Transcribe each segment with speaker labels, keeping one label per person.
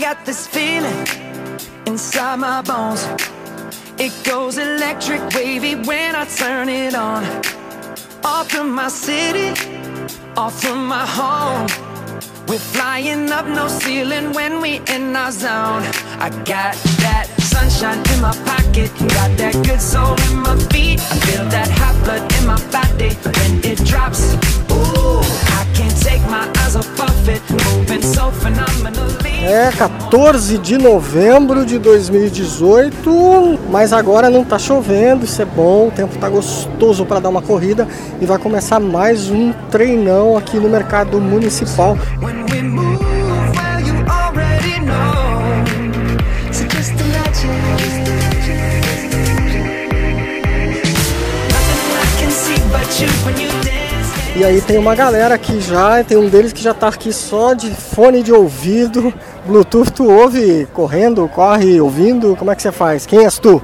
Speaker 1: got this feeling inside my bones. It goes electric wavy when I turn it on. Off from my city, off from my home. We're flying up no ceiling when we in our zone. I got that sunshine in my pocket, got that good soul in my feet. I feel that hot blood in my body when it drops. Ooh, I can't take my eyes off of it, moving so phenomenally.
Speaker 2: É 14 de novembro de 2018, mas agora não tá chovendo, isso é bom, o tempo tá gostoso para dar uma corrida e vai começar mais um treinão aqui no mercado municipal.
Speaker 1: When we move, well, you already know. So just imagine. Nothing I can see but you when you dance.
Speaker 2: E aí tem uma galera aqui já, e tem um deles que já tá aqui só de fone de ouvido, Bluetooth, tu ouve correndo, corre ouvindo, como é que você faz? Quem és tu?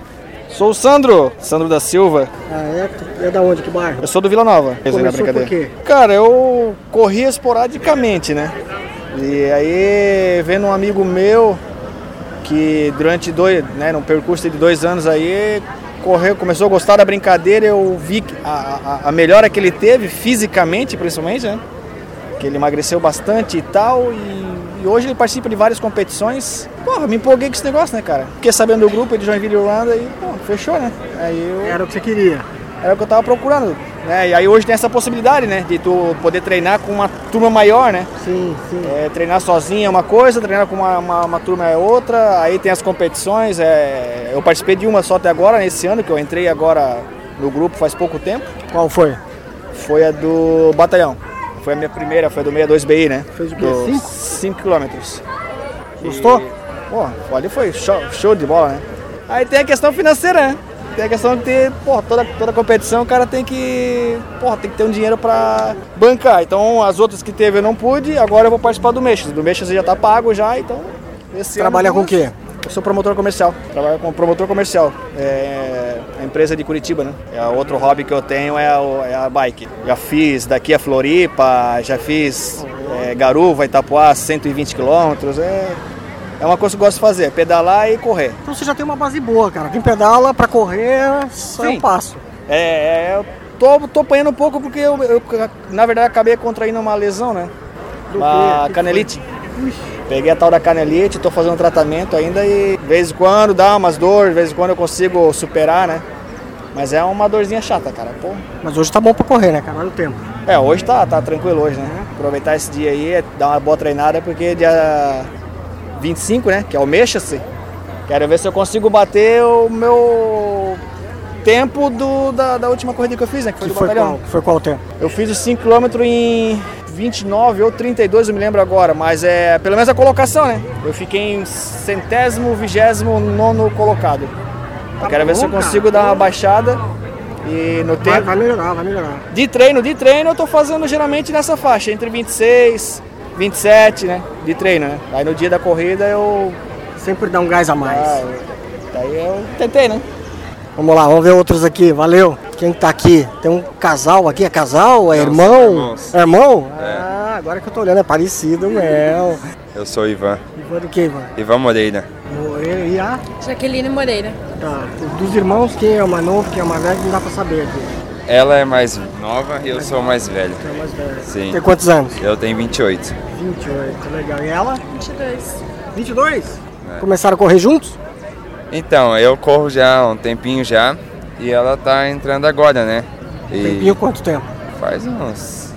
Speaker 3: Sou o Sandro, Sandro da Silva.
Speaker 2: Ah, é, tu é da onde, que bairro?
Speaker 3: Eu sou do Vila Nova.
Speaker 2: Começou
Speaker 3: Brincadeira.
Speaker 2: por quê?
Speaker 3: Cara, eu corria esporadicamente, né? E aí, vendo um amigo meu que durante dois, né, num percurso de dois anos aí, correu, começou a gostar da brincadeira, eu vi que a, a, a melhora que ele teve, fisicamente principalmente, né? Que ele emagreceu bastante e tal, e, e hoje ele participa de várias competições. Porra, me empolguei com esse negócio, né, cara? Fiquei sabendo do grupo de Joinville Rwanda e, pô, fechou, né? Aí eu
Speaker 2: Era o que você queria.
Speaker 3: era o que eu tava procurando. Né? E aí hoje tem essa possibilidade, né? De tu poder treinar com uma turma maior, né?
Speaker 2: Sim, sim.
Speaker 3: É, treinar sozinho é uma coisa, treinar com uma, uma, uma turma é outra, aí tem as competições, é, eu participei de uma só até agora, nesse ano, que eu entrei agora no grupo faz pouco tempo,
Speaker 2: Qual foi?
Speaker 3: foi a do batalhão. Foi a minha primeira, foi a do 62BI, né?
Speaker 2: Fez o quê?
Speaker 3: do
Speaker 2: Cinco?
Speaker 3: 5 quilômetros.
Speaker 2: Gostou?
Speaker 3: E, pô, ali foi show, show de bola, né? Aí tem a questão financeira, né? Tem a questão de ter, pô, toda, toda competição o cara tem que, pô, tem que ter um dinheiro pra bancar. Então as outras que teve eu não pude, agora eu vou participar do Meixas. Do Meixas já tá pago já, então... esse ano
Speaker 2: Trabalha com o
Speaker 3: vamos-
Speaker 2: quê?
Speaker 3: eu sou promotor comercial, trabalho como promotor comercial. É a empresa de Curitiba, né? É o outro hobby que eu tenho é, o- é a bike. Já fiz daqui a Floripa, já fiz é, Garuva, Itapuá, 120 quilômetros. É, é uma coisa que eu gosto de fazer, pedalar e correr.
Speaker 2: Então você já tem uma base boa, cara. Quem pedala pra correr, só é
Speaker 3: Sim.
Speaker 2: um passo.
Speaker 3: É, é, eu tô, tô apanhando um pouco porque eu, eu, na verdade, acabei contraindo uma lesão, né?
Speaker 2: Do quê? Que
Speaker 3: Uma
Speaker 2: que
Speaker 3: canelite. Peguei a tal da canelite, tô fazendo tratamento ainda e de vez em quando dá umas dores, de vez em quando eu consigo superar, né? Mas é uma dorzinha chata, cara. Pô.
Speaker 2: Mas hoje tá bom pra correr, né, cara? Olha o tempo.
Speaker 3: É, hoje tá, tá tranquilo hoje, né? Aproveitar esse dia aí, é dar uma boa treinada, porque dia 25, né? Que é o mexa-se. Quero ver se eu consigo bater o meu tempo do, da, da última corrida que eu fiz, né? Que foi
Speaker 2: Que
Speaker 3: do
Speaker 2: foi
Speaker 3: batalhão.
Speaker 2: qual, que foi qual o tempo?
Speaker 3: Eu fiz os 5km em 29 ou 32, eu me lembro agora, mas é pelo menos a colocação, né? Eu fiquei em centésimo, vigésimo, nono colocado. Eu
Speaker 2: Tá
Speaker 3: quero ver
Speaker 2: bom,
Speaker 3: se eu
Speaker 2: cara.
Speaker 3: consigo dar uma baixada e no
Speaker 2: Vai,
Speaker 3: tempo.
Speaker 2: vai melhorar, vai melhorar.
Speaker 3: De treino, de treino eu tô fazendo geralmente nessa faixa, entre 26, 27, né? De treino, né? Aí no dia da corrida eu.
Speaker 2: Sempre dá um gás a mais.
Speaker 3: Ah, eu- daí eu tentei, né?
Speaker 2: Vamos lá, vamos ver outros aqui. Valeu. Quem tá aqui? Tem um casal aqui, é casal? É irmão?
Speaker 4: irmãos.
Speaker 2: É irmão? Ah, agora que eu tô olhando, é parecido né? mesmo.
Speaker 4: Eu sou o Ivan.
Speaker 2: Ivan do que, Ivan?
Speaker 4: Ivan Moreira.
Speaker 2: Moreira e a...
Speaker 5: Jaqueline Moreira.
Speaker 2: Tá. Dos irmãos, quem é o mais novo, quem é o mais velho, não dá pra saber aqui.
Speaker 4: Ela é mais nova e eu sou mais velho.
Speaker 2: Quem é o mais velho.
Speaker 4: Sim.
Speaker 2: Tem quantos anos?
Speaker 4: Eu tenho 28.
Speaker 2: 28, legal. E ela?
Speaker 5: 22.
Speaker 2: 22?
Speaker 4: É.
Speaker 2: Começaram a correr juntos?
Speaker 4: Então, eu corro já há um tempinho já e ela tá entrando agora, né? E
Speaker 2: Um Tempinho quanto tempo?
Speaker 4: faz uns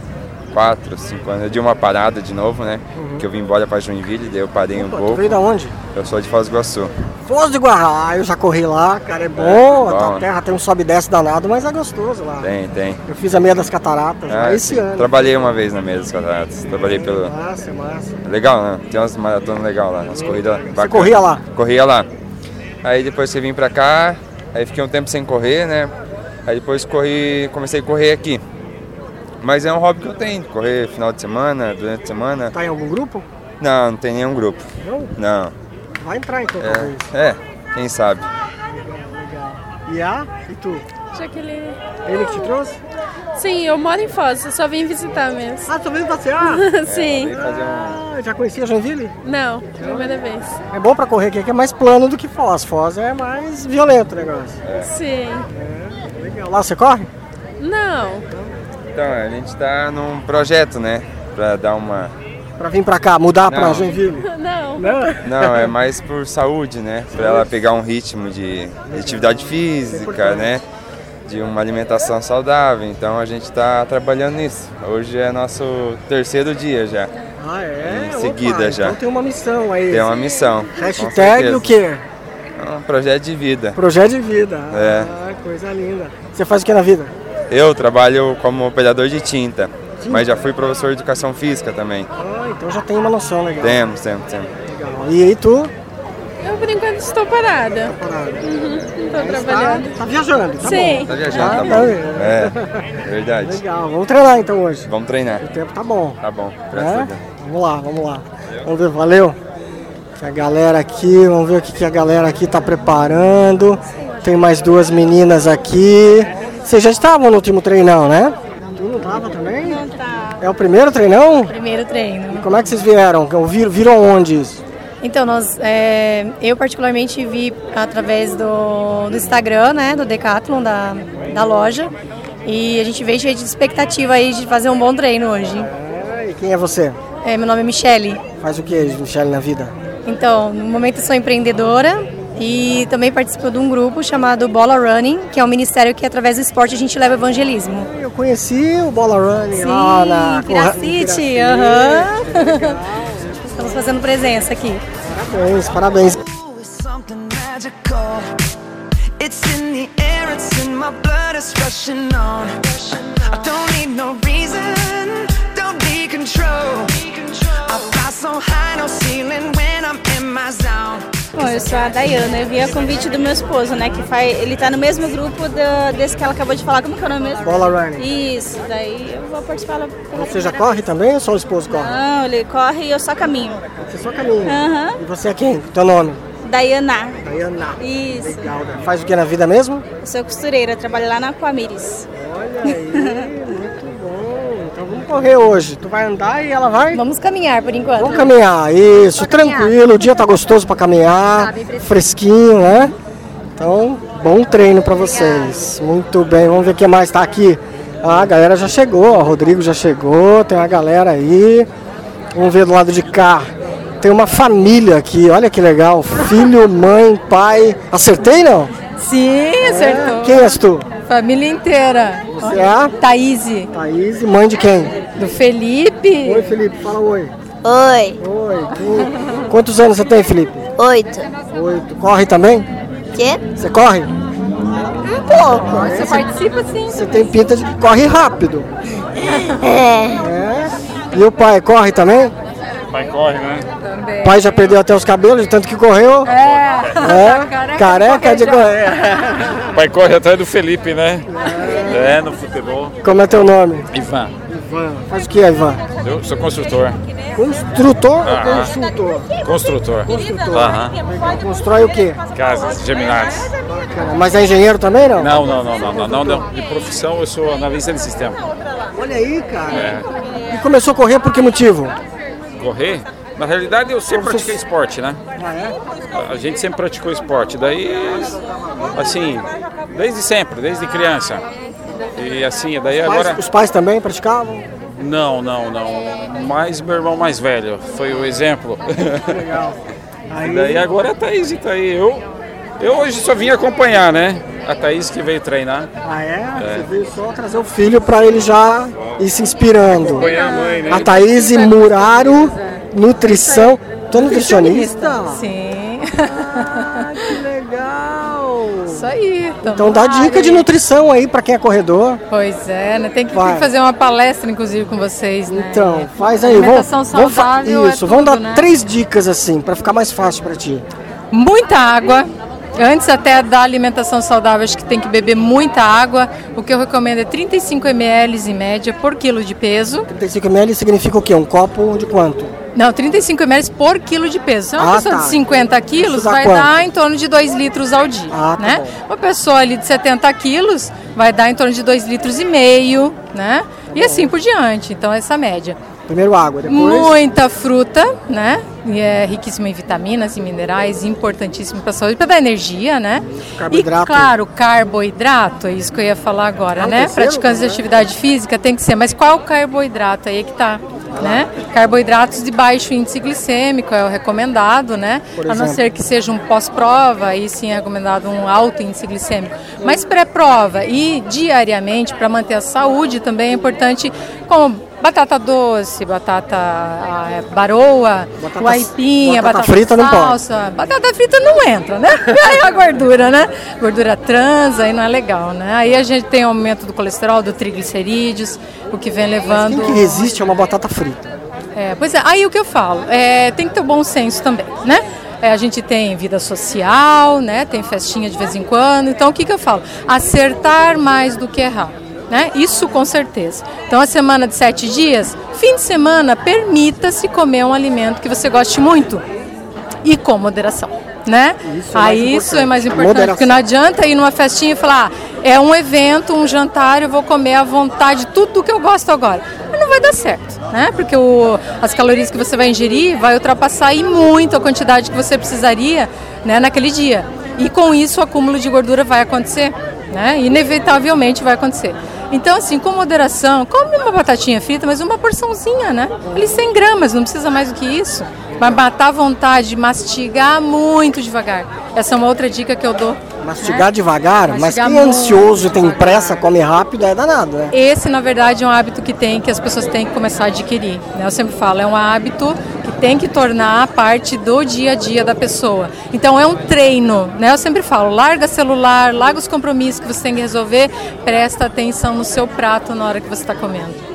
Speaker 4: 4, 5 anos. Eu dei uma parada de novo, né? Que eu vim embora pra Joinville, daí eu parei um
Speaker 2: Pô, Uhum. tu
Speaker 4: pouco.
Speaker 2: veio da onde?
Speaker 4: Eu sou de Foz do Iguaçu.
Speaker 2: Foz do Guará, eu já corri lá, cara, é bom,
Speaker 4: bom,
Speaker 2: a tua
Speaker 4: né?
Speaker 2: terra tem um sobe e desce danado, mas é gostoso lá.
Speaker 4: Tem, tem.
Speaker 2: Eu fiz a meia das cataratas lá
Speaker 4: Ah,
Speaker 2: Então esse
Speaker 4: sim.
Speaker 2: ano.
Speaker 4: Trabalhei uma vez na mesa dos cataratas. Trabalhei pelo.
Speaker 2: Massa, massa.
Speaker 4: Legal, né? Tem umas maratonas legais lá, umas corridas bacanas.
Speaker 2: corria lá?
Speaker 4: Corria lá. Aí depois que vim pra cá, aí fiquei um tempo sem correr, né? Aí depois corri, comecei a correr aqui. Mas é um hobby que eu tenho, correr final de semana, durante a semana.
Speaker 2: Tá em algum grupo?
Speaker 4: Não, não tem nenhum grupo.
Speaker 2: Não?
Speaker 4: Não.
Speaker 2: Vai entrar então, talvez.
Speaker 4: É, é quem sabe.
Speaker 2: E a? E tu?
Speaker 5: Jaqueline.
Speaker 2: Ele que te trouxe?
Speaker 5: Sim, eu moro em Foz, eu só vim visitar mesmo.
Speaker 2: Ah, tu veio passear?
Speaker 5: Sim.
Speaker 4: Vim fazer um-
Speaker 2: Ah, Ah, já conhecia Joinville?
Speaker 6: Não, primeira vez.
Speaker 2: É bom pra correr aqui, que é mais plano do que Foz. Foz é mais violento o negócio.
Speaker 6: Sim.
Speaker 2: Legal. Lá você corre?
Speaker 6: Não.
Speaker 7: Então, a gente tá num projeto, né? Pra dar uma.
Speaker 2: Pra vir pra cá, mudar pra
Speaker 7: Não.
Speaker 2: Joinville?
Speaker 6: Não.
Speaker 2: Não.
Speaker 7: Não, é mais por saúde, né? Pra ela pegar um ritmo de de atividade física, né? De uma alimentação saudável. Então a gente tá trabalhando nisso. Hoje é nosso terceiro dia já.
Speaker 2: Ah, é?
Speaker 7: Em seguida
Speaker 2: Opa,
Speaker 7: já.
Speaker 2: Então tem uma missão aí.
Speaker 7: Tem uma missão. com
Speaker 2: Hashtag
Speaker 7: certeza.
Speaker 2: o quê?
Speaker 7: É um projeto de vida.
Speaker 2: Projeto de vida.
Speaker 7: É.
Speaker 2: Ah, coisa linda. Você faz o que na vida?
Speaker 7: Eu trabalho como operador de tinta, mas já fui professor de educação física também.
Speaker 2: Ah, então já tem uma noção legal.
Speaker 7: Temos, temos, temos.
Speaker 2: Legal. E aí tu?
Speaker 6: Eu por enquanto estou parada. Uhum, Não tô trabalhando.
Speaker 2: Tá, tá viajando, tá
Speaker 6: Sim.
Speaker 7: Tá viajando, tá
Speaker 2: Ah,
Speaker 7: bom?
Speaker 2: tá.
Speaker 7: É,
Speaker 2: bom.
Speaker 7: verdade.
Speaker 2: Legal, vamos treinar então hoje.
Speaker 7: Vamos treinar.
Speaker 2: O tempo tá bom.
Speaker 7: Tá bom, graças
Speaker 2: né?
Speaker 7: a Deus.
Speaker 2: Vamos lá, vamos lá. Vamos ver, valeu. Que A galera aqui, vamos ver o que que a galera aqui tá preparando. Tem mais duas meninas aqui. Vocês já estavam no último treinão, né? Tu não tava também? Não tava. É o primeiro treinão?
Speaker 8: Primeiro treino.
Speaker 2: Como é que vocês vieram? Vir- Viram onde isso?
Speaker 8: Então, nós, é, eu particularmente vi através do, do Instagram, né, do Decathlon, da, da loja, e a gente veio cheio de expectativa aí de fazer um bom treino hoje.
Speaker 2: Ah, E quem é você?
Speaker 8: É, meu nome é Michele,
Speaker 2: Faz o que, Michele, na vida?
Speaker 8: então, no momento eu sou empreendedora e também participo de um grupo chamado Bola Running, que é um ministério que através do esporte a gente leva evangelismo.
Speaker 2: Eu conheci o Bola Running lá na...
Speaker 8: Piracite,
Speaker 2: Piracite.
Speaker 8: aham. Estamos fazendo presença aqui.
Speaker 2: Parabéns, parabéns.
Speaker 1: Ooh, it's something magical. It's in the air, it's in my blood, it's rushing on. I don't need no reason, don't be control. I fly so high, no ceiling when I'm in my zone.
Speaker 9: Bom, eu sou a Dayana, eu vim a convite do meu esposo, né? Que faz, ele tá no mesmo grupo da- desse que ela acabou de falar. Como que é o nome mesmo?
Speaker 2: Bola Running. Então
Speaker 9: Isso, daí eu vou participar lá pela
Speaker 2: Você já
Speaker 9: primeira
Speaker 2: corre também ou só o esposo
Speaker 9: vez.
Speaker 2: corre?
Speaker 9: Não, ele corre e eu só caminho.
Speaker 2: Você só caminha.
Speaker 9: Aham.
Speaker 2: E você é quem? Teu nome?
Speaker 9: Dayana.
Speaker 2: Dayana.
Speaker 9: Isso.
Speaker 2: Legal, né? Faz o que na vida mesmo?
Speaker 9: Eu sou costureira, trabalho lá na Coamires.
Speaker 2: Olha aí, muito bom. Então vamos correr hoje. Tu vai andar e ela vai?
Speaker 8: Vamos caminhar por enquanto.
Speaker 2: Vamos caminhar, isso,
Speaker 8: caminhar.
Speaker 2: tranquilo. O dia tá gostoso pra caminhar,
Speaker 8: Tá bem fresquinho.
Speaker 2: fresquinho, né? Então, bom treino pra vocês. Muito bem, vamos ver quem mais tá aqui. Ah, a galera já chegou, ó, o Rodrigo já chegou, tem uma galera aí. Vamos ver do lado de cá. Tem uma família aqui, olha que legal. Filho, mãe, pai. Acertei não?
Speaker 8: Sim, acertou.
Speaker 2: Quem és tu?
Speaker 8: Família inteira.
Speaker 2: É. Você é a
Speaker 8: Thaís,
Speaker 2: Thaís, mãe de quem?
Speaker 8: do Felipe.
Speaker 2: Oi, Felipe, fala oi.
Speaker 10: Oi,
Speaker 2: Oi. tu- Quantos anos você tem, Felipe?
Speaker 10: oito.
Speaker 2: Oito. Corre também?
Speaker 10: Quê?
Speaker 2: Você corre?
Speaker 10: Um pouco.
Speaker 8: Você participa sim.
Speaker 2: Você tem pinta de que corre rápido.
Speaker 10: É.
Speaker 2: É. E o pai corre também?
Speaker 11: Vai, corre, né?
Speaker 2: O pai já perdeu até os cabelos, de tanto que correu.
Speaker 8: É.
Speaker 11: Tá
Speaker 2: É, careca de correr.
Speaker 11: Vai, corre atrás do Felipe, né? É, no futebol.
Speaker 2: Como é teu nome?
Speaker 11: Ivan,
Speaker 2: Faz o que, Ivan?
Speaker 11: eu sou construtor.
Speaker 2: Construtor ou
Speaker 11: Ah.
Speaker 2: consultor?
Speaker 11: Construtor. Construtor. Aham.
Speaker 2: Constrói o quê?
Speaker 11: Casas, geminadas.
Speaker 2: Mas é engenheiro também, não?
Speaker 11: Não, não, não, não, não, não, não. De profissão eu sou analista de sistema.
Speaker 2: Olha aí,
Speaker 11: Ah, é.
Speaker 2: cara. E começou a correr por que motivo?
Speaker 11: Correr? Na realidade eu sempre pratiquei esporte, né?
Speaker 2: Ah, é?
Speaker 11: A gente sempre praticou esporte. Daí, assim, desde sempre, desde criança. E assim, daí agora.
Speaker 2: Pais- os pais também praticavam?
Speaker 11: Não, não, não. Mas meu irmão mais velho foi o exemplo.
Speaker 2: Legal.
Speaker 11: E Daí agora a Thaís tá aí. Eu, eu hoje só vim acompanhar, né? A Thaís que veio treinar.
Speaker 2: Ah, é? Você veio só trazer o filho pra ele já ir se inspirando.
Speaker 11: a mãe, né?
Speaker 2: A Thaís Muraro, nutrição. Tu é nutricionista? Ah,
Speaker 8: Sim.
Speaker 2: Que legal!
Speaker 8: Isso aí. tamo
Speaker 2: Então dá
Speaker 8: na
Speaker 2: dica
Speaker 8: área
Speaker 2: de
Speaker 8: aí.
Speaker 2: nutrição aí pra quem é corredor.
Speaker 8: Pois é, né? Tem que, tem
Speaker 2: Vai.
Speaker 8: que fazer uma palestra, inclusive, com vocês, né?
Speaker 2: Então, faz aí. Vamos,
Speaker 8: Alimentação
Speaker 2: vamos fa-
Speaker 8: saudável é
Speaker 2: isso, vamos
Speaker 8: tudo,
Speaker 2: dar
Speaker 8: né?
Speaker 2: três dicas assim, pra ficar mais fácil pra ti.
Speaker 8: Muita água. Antes até da alimentação saudável, acho que tem que beber muita água. O que eu recomendo é 35 ml em média por quilo de peso.
Speaker 2: 35 ml significa o quê? Um copo de quanto?
Speaker 8: Não, 35 ml por quilo de peso. Se é uma
Speaker 2: Ah,
Speaker 8: pessoa
Speaker 2: tá.
Speaker 8: de 50 quilos,
Speaker 2: dá
Speaker 8: vai
Speaker 2: quanto?
Speaker 8: dar em torno de 2 litros ao dia,
Speaker 2: Ah, tá
Speaker 8: né?
Speaker 2: bom.
Speaker 8: Uma pessoa ali de 70 quilos vai dar em torno de 2 litros e meio, né? e assim por diante. Então, essa média.
Speaker 2: Primeiro água, depois.
Speaker 8: Muita fruta, né? E é riquíssima em vitaminas e minerais, importantíssimo para a saúde, para dar energia, né?
Speaker 2: Carboidrato.
Speaker 8: E claro, carboidrato, é isso que eu ia falar agora,
Speaker 2: É o
Speaker 8: né?
Speaker 2: terceiro,
Speaker 8: Praticantes de
Speaker 2: né?
Speaker 8: atividade física tem que ser, mas qual o carboidrato aí que tá? Né? Carboidratos de baixo índice glicêmico é o recomendado, né?
Speaker 12: Por
Speaker 8: a não
Speaker 12: exemplo.
Speaker 8: ser que seja um pós-prova, aí sim é recomendado um alto índice glicêmico. Mas pré-prova e diariamente, para manter a saúde também é importante, como batata doce, batata ah, é, baroa,
Speaker 12: Batata-
Speaker 8: o aipim, a
Speaker 12: batata
Speaker 8: batata
Speaker 12: frita não pode.
Speaker 8: salsa. Batata frita não entra, né? Aí a gordura, né? Gordura trans, aí não é legal, né? Aí a gente tem aumento do colesterol, do triglicerídeos, o que vem levando...
Speaker 2: Quem que resiste a uma batata frita?
Speaker 8: É, pois é, aí o que eu falo, é, tem que ter o bom senso também, né? É, a gente tem vida social, né? Tem festinha de vez em quando, então o que, que eu falo? Acertar mais do que errar. Né? Isso com certeza. Então a semana de sete dias, fim de semana, permita-se comer um alimento que você goste muito e com moderação. Né?
Speaker 12: Isso é mais
Speaker 8: Aí Ah, isso é
Speaker 12: importante.
Speaker 8: mais importante,
Speaker 12: Moderação.
Speaker 8: porque não adianta ir numa festinha e falar, ah, é um evento, um jantar, eu vou comer à vontade tudo que eu gosto agora. Mas não vai dar certo, né? Porque o, as calorias que você vai ingerir vai ultrapassar e muito a quantidade que você precisaria né, naquele dia. E com isso o acúmulo de gordura vai acontecer, né? Inevitavelmente vai acontecer. Então, assim, com moderação, come uma batatinha frita, mas uma porçãozinha, né? Ali 100 gramas, não precisa mais do que isso. Mas matar a vontade, mastigar muito devagar. Essa é uma outra dica que eu dou. né?
Speaker 2: Mastigar devagar, mas
Speaker 8: Mastigar
Speaker 2: quem é
Speaker 8: muito
Speaker 2: ansioso e tem pressa, come rápido, é danado, né?
Speaker 8: Esse, na verdade, é um hábito que tem que as pessoas têm que começar a adquirir. né? Eu sempre falo, é um hábito que tem que tornar parte do dia a dia da pessoa. Então é um treino, né? Eu sempre falo, larga celular, larga os compromissos que você tem que resolver, presta atenção no seu prato na hora que você está comendo.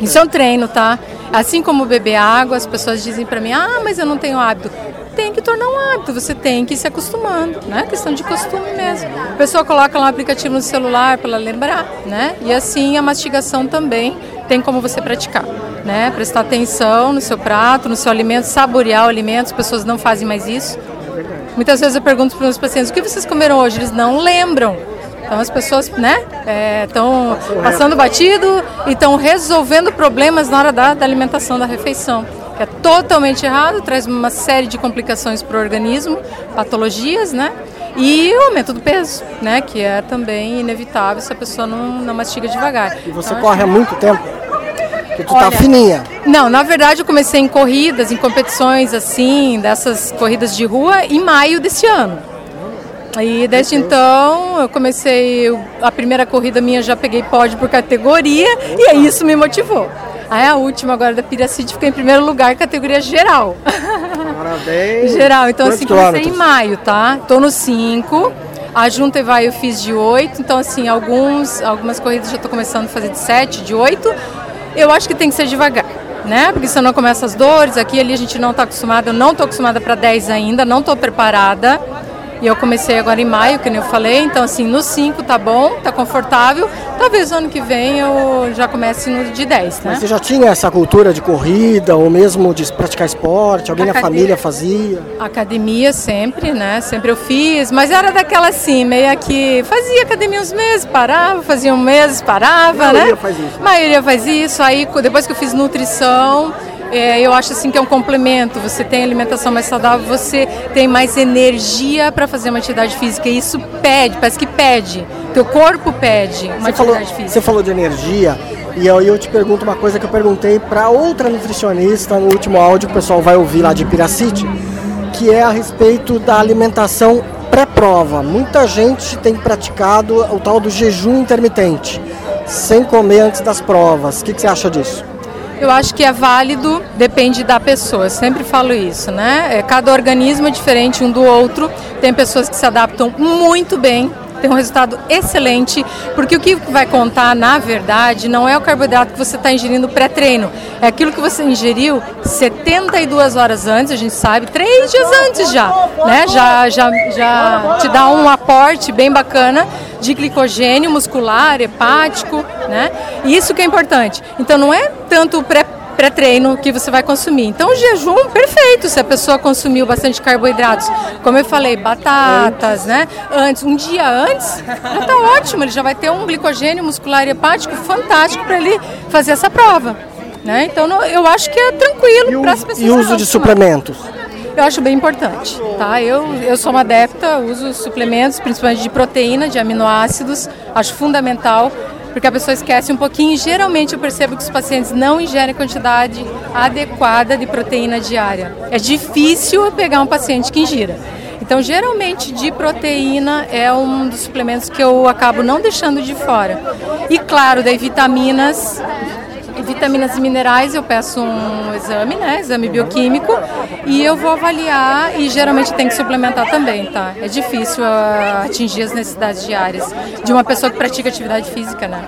Speaker 8: Isso é um treino, tá? Assim como beber água, as pessoas dizem pra mim: "Ah, mas eu não tenho hábito". Tem que tornar um hábito, você tem que ir se acostumando, né? É Questão de costume mesmo. A pessoa coloca lá um aplicativo no celular para ela lembrar, né? E assim a mastigação também tem como você praticar, né? Prestar atenção no seu prato, no seu alimento, saborear o alimento, as pessoas não fazem mais isso. Muitas vezes eu pergunto para os meus pacientes: "O que vocês comeram hoje?". Eles não lembram. Então as pessoas, né, estão passando batido e estão resolvendo problemas na hora da, da alimentação, da refeição. Que é totalmente errado, traz uma série de complicações para o organismo, patologias, né? E o aumento do peso, né? Que é também inevitável se a pessoa não, não mastiga devagar. Então,
Speaker 2: E você corre há muito tempo. Porque tu tá
Speaker 8: Olha,
Speaker 2: fininha.
Speaker 8: Não, na verdade eu comecei em corridas, em competições assim, dessas corridas de rua, em maio desse ano. E desde então eu comecei o- a primeira corrida minha já peguei pódio por categoria e aí isso me motivou. Aí a última agora da Piracid ficou em primeiro lugar categoria geral.
Speaker 2: Parabéns.
Speaker 8: Geral, então
Speaker 2: Quantos
Speaker 8: assim comecei em
Speaker 2: quilômetros?
Speaker 8: maio, tá? Tô no 5. A junta e vai eu fiz de 8, então assim, alguns algumas corridas já tô começando a fazer de 7, de 8. Eu acho que tem que ser devagar, né? Porque senão começa as dores, aqui e ali a gente não tá acostumada, eu não tô acostumada para 10 ainda, não tô preparada. E eu comecei agora em maio, que nem eu falei, então assim, no 5 tá bom, tá confortável. Talvez ano que vem eu já comece no de 10, né?
Speaker 2: Mas você já tinha essa cultura de corrida ou mesmo de praticar esporte? Alguém na
Speaker 8: Academia.
Speaker 2: família fazia?
Speaker 8: Academia sempre, né? Sempre eu fiz, mas era daquela assim, meia que fazia academia uns meses, parava, fazia um mês, parava,
Speaker 12: A maioria
Speaker 8: né?
Speaker 12: faz isso.
Speaker 8: A maioria faz isso. Aí co- depois que eu fiz nutrição, é, eu acho assim que é um complemento. Você tem alimentação mais saudável, você tem mais energia para fazer uma atividade física. E isso pede, parece que pede. Teu corpo pede uma
Speaker 2: Você
Speaker 8: atividade
Speaker 2: falou,
Speaker 8: física.
Speaker 2: você falou de energia e aí eu te pergunto uma coisa que eu perguntei para outra nutricionista no último áudio que o pessoal vai ouvir lá de Piracite, que é a respeito da alimentação pré-prova. Muita gente tem praticado o tal do jejum intermitente, sem comer antes das provas. O que, que você acha disso?
Speaker 8: Eu acho que é válido, depende da pessoa. Eu sempre falo isso, né? É, Cada organismo é diferente um do outro. Tem pessoas que se adaptam muito bem, tem um resultado excelente, porque o que vai contar, na verdade, não é o carboidrato que você está ingerindo pré-treino, é aquilo que você ingeriu 72 horas antes, a gente sabe, três dias antes já, né? Já, já, já te dá um aporte bem bacana de glicogênio muscular, hepático, né? E Isso que é importante. Então não é tanto o pré pré-treino que você vai consumir. Então o jejum perfeito se a pessoa consumiu bastante carboidratos. Como eu falei, batatas, né? Antes, um dia antes, já tá ótimo, ele já vai ter um glicogênio muscular e hepático fantástico para ele fazer essa prova. Né? Então não- eu acho que é tranquilo para as pessoas.
Speaker 2: E uso de
Speaker 8: acostumar.
Speaker 2: suplementos.
Speaker 8: Eu acho bem importante, tá? Eu, eu sou uma adepta, uso suplementos, principalmente de proteína, de aminoácidos, acho fundamental, porque a pessoa esquece um pouquinho. Geralmente eu percebo que os pacientes não ingerem a quantidade adequada de proteína diária. É difícil eu pegar um paciente que ingira. Então, geralmente, de proteína é um dos suplementos que eu acabo não deixando de fora. E, claro, daí vitaminas, e vitaminas e minerais, eu peço um exame, né? Exame bioquímico. E eu vou avaliar e geralmente tem que suplementar também, tá? É difícil ah, atingir as necessidades diárias de uma pessoa que pratica atividade física, né?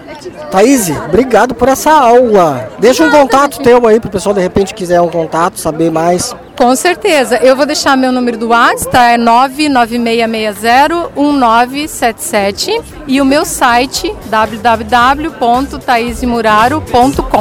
Speaker 2: Thaís, obrigado por essa aula. Deixa um contato teu aí pro pessoal, de repente, quiser um contato, saber mais.
Speaker 8: Com certeza. Eu vou deixar meu número do WhatsApp, tá? É 996601977 e o meu site www.taisimuraro.com.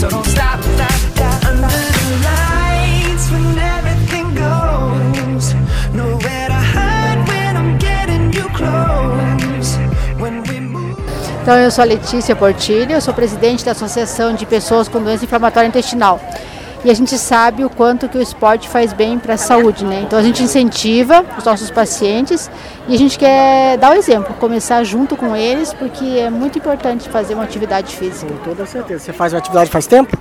Speaker 1: So don't stop, stop, stop. Under the lights when everything goes. Nowhere to hide when I'm getting you close. When we move.
Speaker 12: Então, eu sou a Letícia Portilho, eu sou presidente da Associação de Pessoas com Doença Inflamatória Intestinal. E a gente sabe o quanto que o esporte faz bem para a saúde, né? Então, a gente incentiva os nossos pacientes e a gente quer dar o exemplo, começar junto com eles, porque é muito importante fazer uma atividade física. Com
Speaker 2: toda certeza. Você faz uma atividade faz tempo?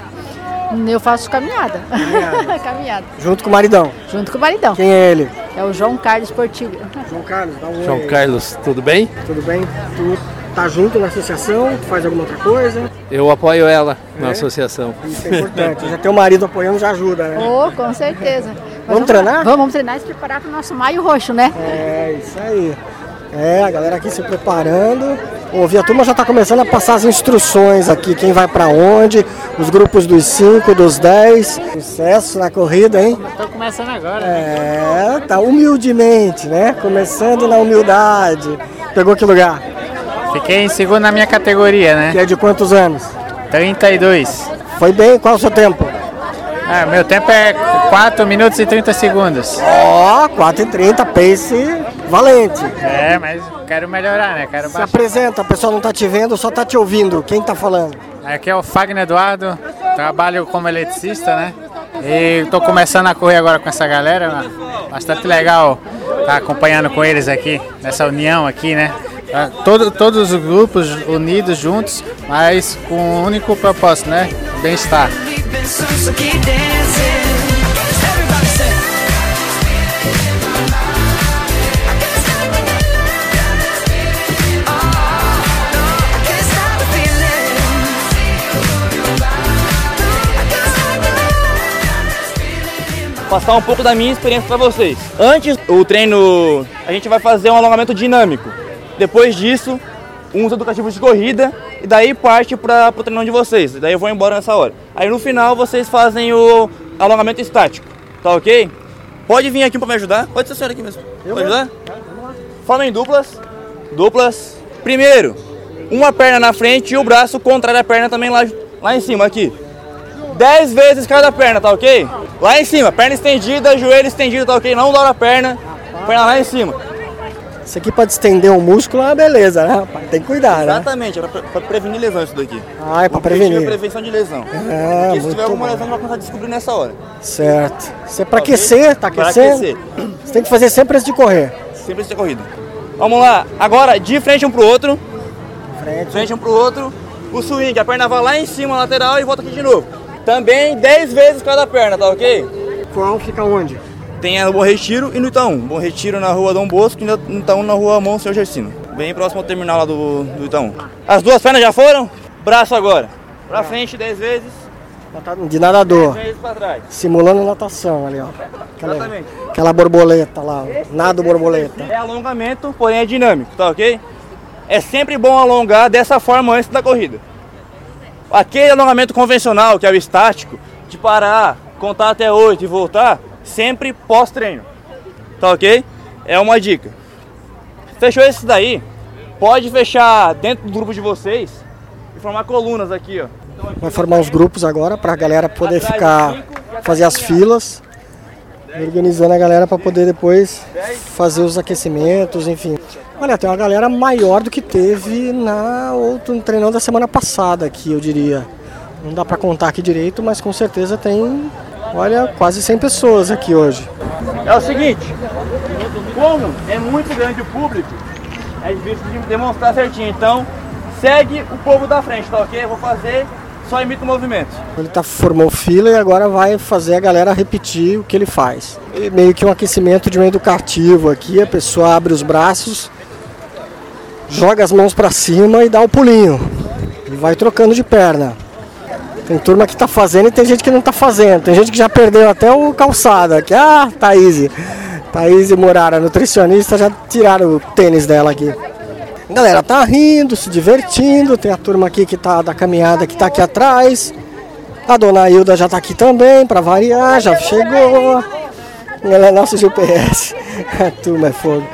Speaker 12: Eu faço caminhada. Caminhada.
Speaker 2: Junto com o maridão.
Speaker 12: Junto com o maridão.
Speaker 2: Quem é ele?
Speaker 12: É o João Carlos Portilho.
Speaker 2: João Carlos, dá um
Speaker 13: João Carlos, tudo bem?
Speaker 2: Tudo bem? Tu tá junto na associação? Tu faz alguma outra coisa?
Speaker 13: Eu apoio ela na
Speaker 2: É?
Speaker 13: associação.
Speaker 2: Isso é importante. Já teu marido apoiando já ajuda, né?
Speaker 12: Oh, com certeza. Mas
Speaker 2: treinar?
Speaker 12: Vamos, vamos treinar e se preparar para o nosso maio roxo, né?
Speaker 2: É, isso aí. É, a galera aqui se preparando. Ouvi, a turma já está começando a passar as instruções aqui, quem vai para onde, os grupos dos 5, dos 10. Sucesso na corrida, hein?
Speaker 14: Estou começando agora.
Speaker 2: É, tá humildemente, né? Começando na humildade. Pegou que lugar?
Speaker 14: Fiquei em segundo na minha categoria, né?
Speaker 2: Que é de quantos anos?
Speaker 14: 32.
Speaker 2: Foi bem? Qual o seu tempo?
Speaker 14: Ah, meu tempo é 4 minutos e 30 segundos.
Speaker 2: Ó, 4 e 30, pace valente.
Speaker 14: É, mas quero melhorar, né? Quero
Speaker 2: Se
Speaker 14: baixar.
Speaker 2: apresenta, o pessoal não tá te vendo, só tá te ouvindo. Quem tá falando?
Speaker 14: Aqui é o Fagner Eduardo, trabalho como eletricista, né? E tô começando a correr agora com essa galera, né? bastante legal estar acompanhando com eles aqui, nessa união aqui, né? Tá Todo, todos os grupos unidos juntos, mas com um único propósito, né? Bem-estar.
Speaker 1: We've been so, so keep dancing. Everybody say.
Speaker 15: passar um pouco da minha experiência para vocês. Antes o treino, a gente vai fazer um alongamento dinâmico. Depois disso, uns educativos de corrida e daí parte para o treinão de vocês. Daí eu vou embora nessa hora. Aí no final vocês fazem o alongamento estático, tá ok? Pode vir aqui para me ajudar? Pode ser a senhora aqui mesmo. Pode ajudar? Fala em duplas. Duplas. Primeiro, uma perna na frente e o braço contrário à perna também lá, lá em cima, aqui. 10 vezes cada perna, tá ok? Lá em cima, perna estendida, joelho estendido, tá ok? Não dobra a perna, perna lá em cima.
Speaker 2: Isso aqui pra distender o músculo é uma beleza, né, rapaz? Tem que cuidar, né?
Speaker 15: Exatamente, é pra, pra prevenir lesão isso daqui.
Speaker 2: Ah, é pra
Speaker 15: O objetivo é
Speaker 2: prevenir.
Speaker 15: prevenção de lesão.
Speaker 2: É,
Speaker 15: Porque se
Speaker 2: muito
Speaker 15: tiver alguma
Speaker 2: bom.
Speaker 15: lesão, a gente vai começar a descobrir nessa hora. tá
Speaker 2: Certo. Isso é pra
Speaker 15: Ok?
Speaker 2: aquecer, tá
Speaker 15: Pra
Speaker 2: aquecendo?
Speaker 15: aquecer.
Speaker 2: Você tem que fazer sempre antes de correr.
Speaker 15: Sempre ser corrida. Vamos lá, agora de frente um pro outro. Frente. um pro outro. O swing, a perna vai lá em cima, lateral e volta aqui de novo. Também 10 vezes cada perna, tá ok?
Speaker 2: Qual fica onde?
Speaker 15: Tem a no Bom Retiro e no Itaú. Bom Retiro na rua Dom Bosco e no Itaú na rua Monsenhor Gersino. Bem próximo ao terminal lá do, do Itaú. As duas pernas já foram? Braço agora. Pra frente 10 vezes.
Speaker 2: É. tá De nadador.
Speaker 15: Dez vezes pra trás.
Speaker 2: Simulando natação ali, ó. Aquela,
Speaker 15: Exatamente.
Speaker 2: aquela borboleta lá, ó. nado borboleta.
Speaker 15: É alongamento, porém é dinâmico, tá ok? É sempre bom alongar dessa forma antes da corrida. Aquele alongamento convencional, que é o estático, de parar, contar até 8 e voltar, sempre pós-treino. Tá ok? É uma dica. Fechou esse daí? Pode fechar dentro do grupo de vocês e formar colunas aqui, ó.
Speaker 2: Vai formar os grupos agora pra galera poder ficar, fazer as filas. Organizando a galera pra poder depois fazer os aquecimentos, enfim. Olha, tem uma galera maior do que teve na outro no treinão da semana passada aqui, eu diria. Não dá pra contar aqui direito, mas com certeza tem, olha, quase 100 pessoas aqui hoje.
Speaker 15: É o seguinte, como é muito grande o público, é difícil de demonstrar certinho. Então, segue o povo da frente, tá ok? Eu vou fazer, só imita o movimento.
Speaker 2: Ele tá, formou fila e agora vai fazer a galera repetir o que ele faz. E meio que um aquecimento de um educativo aqui, a pessoa abre os braços, joga as mãos para cima e dá o pulinho. E vai trocando de perna. Tem turma que tá fazendo e tem gente que não tá fazendo. Tem gente que já perdeu até o calçada. Que, ah, Thaís. Thaís Morara, nutricionista, já tiraram o tênis dela aqui. A galera tá rindo, se divertindo. Tem a turma aqui que tá da caminhada que tá aqui atrás. A dona Hilda já tá aqui também, para variar, já chegou. Ela é nosso GPS. A turma é fogo.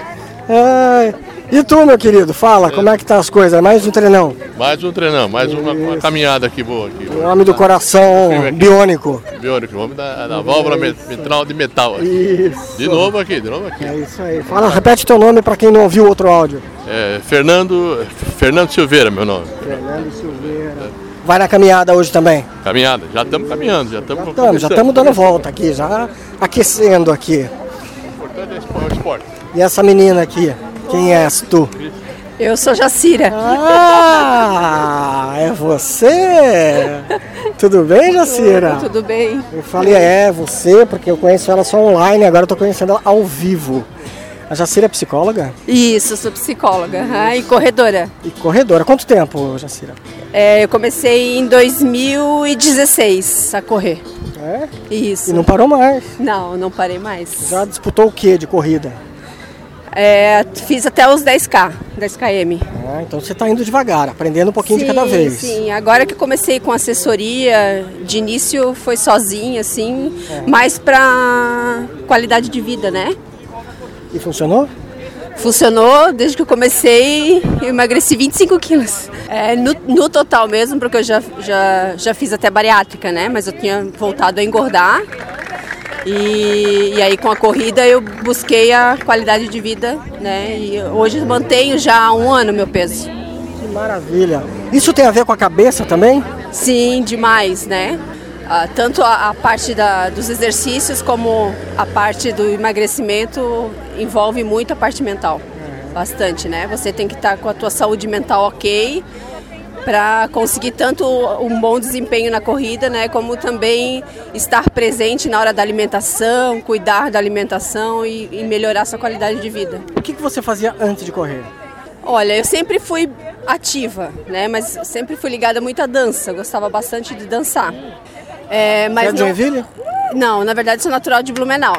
Speaker 2: Ai. E tu, meu querido, fala, como é que tá as coisas? Mais um treinão.
Speaker 16: Mais um treinão, mais uma, uma caminhada aqui boa. Aqui.
Speaker 2: O um homem do coração um biônico.
Speaker 16: Biônico, o homem da, da válvula me- mitral de metal. Aqui.
Speaker 2: Isso.
Speaker 16: De novo aqui, de novo aqui.
Speaker 2: É isso aí. Fala, repete teu nome para quem não ouviu outro áudio.
Speaker 16: É, Fernando, Fernando Silveira, meu nome.
Speaker 2: Fernando Silveira. Vai na caminhada hoje também.
Speaker 16: Caminhada, já estamos caminhando, já estamos
Speaker 2: Tamo, já estamos dando volta aqui, já aquecendo aqui.
Speaker 16: importante é esporte, esporte.
Speaker 2: E essa menina aqui, quem és tu?
Speaker 10: Eu sou Jacira.
Speaker 2: Ah, é você? Tudo bem, Jacira?
Speaker 10: Tudo bem?
Speaker 2: Eu Falei, é você, porque eu conheço ela só online, agora eu tô conhecendo ela ao vivo. A Jacira é psicóloga
Speaker 10: Isso, sou psicóloga ah, e corredora.
Speaker 2: e corredora. Quanto tempo, Jacira?
Speaker 10: É, eu comecei em 2016 a correr.
Speaker 2: É?
Speaker 10: Isso.
Speaker 2: E não parou mais.
Speaker 10: Não, não parei mais.
Speaker 2: Já disputou o que de corrida?
Speaker 10: É, fiz até os 10K, 10KM.
Speaker 2: Ah, então você tá indo devagar, aprendendo um pouquinho de cada vez.
Speaker 10: Sim, agora que eu comecei com assessoria, de início foi sozinha, assim,
Speaker 2: É.
Speaker 10: mais pra qualidade de vida, né?
Speaker 2: E funcionou?
Speaker 10: Funcionou desde que eu comecei, eu emagreci 25 quilos. É, no, no total mesmo, porque eu já, já, já fiz até bariátrica, né? Mas eu tinha voltado a engordar. E, e aí com a corrida eu busquei a qualidade de vida, né? E hoje eu mantenho já há um ano meu peso.
Speaker 2: Que maravilha. Isso tem a ver com a cabeça também?
Speaker 10: Sim, demais, né? Ah, tanto a, a parte da, dos exercícios como a parte do emagrecimento envolve muito a parte mental. Bastante, né? Você tem que estar com a tua saúde mental ok para conseguir tanto um bom desempenho na corrida, né? Como também estar presente na hora da alimentação, cuidar da alimentação e, e melhorar sua qualidade de vida.
Speaker 2: O que, que você fazia antes de correr?
Speaker 10: Olha, eu sempre fui ativa, né? Mas sempre fui ligada muito à dança. Eu Gostava bastante de dançar. É, mas
Speaker 2: Você é de Joinville?
Speaker 10: Não, na verdade sou natural de Blumenau.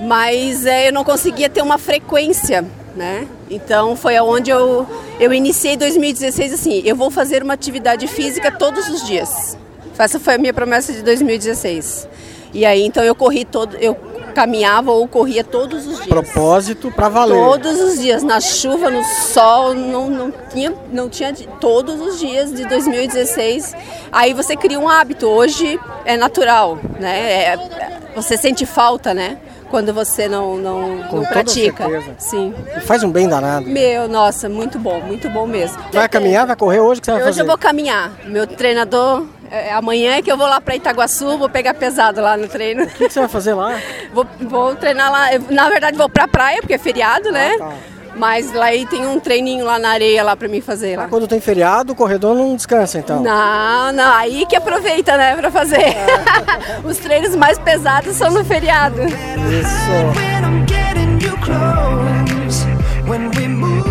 Speaker 10: Mas é, eu não conseguia ter uma frequência, né? Então foi aonde eu, eu iniciei 2016 assim, eu vou fazer uma atividade física todos os dias. Essa foi a minha promessa de 2016. E aí então eu corri todo, eu caminhava ou corria todos os dias.
Speaker 2: Propósito pra valer.
Speaker 10: Todos os dias, na chuva, no sol, não, não tinha, não tinha de- todos os dias de 2016. Aí você cria um hábito. Hoje é natural, né? É- é- você sente falta, né? Quando você não, não,
Speaker 2: Com
Speaker 10: não
Speaker 2: toda
Speaker 10: pratica.
Speaker 2: certeza.
Speaker 10: Sim.
Speaker 2: E Faz um bem danado.
Speaker 10: Meu, nossa, muito bom, muito bom mesmo.
Speaker 2: Vai caminhar, vai correr hoje? O que você vai
Speaker 10: Hoje
Speaker 2: fazer?
Speaker 10: eu vou caminhar. Meu treinador, é, amanhã é que eu vou lá para Itaguaçu, vou pegar pesado lá no treino. O
Speaker 2: que, você vai fazer lá?
Speaker 10: Vou, vou treinar lá. Eu, Na verdade, vou pra praia, porque é
Speaker 2: Ah,
Speaker 10: feriado, né?
Speaker 2: tá.
Speaker 10: Mas lá aí tem um treininho lá na areia lá pra mim fazer lá.
Speaker 2: Quando tem feriado, o corredor não descansa, então. É.
Speaker 10: Não, não, aí que aproveita, né, pra fazer. Os treinos mais pesados são no feriado.
Speaker 1: When I'm getting you close, when we move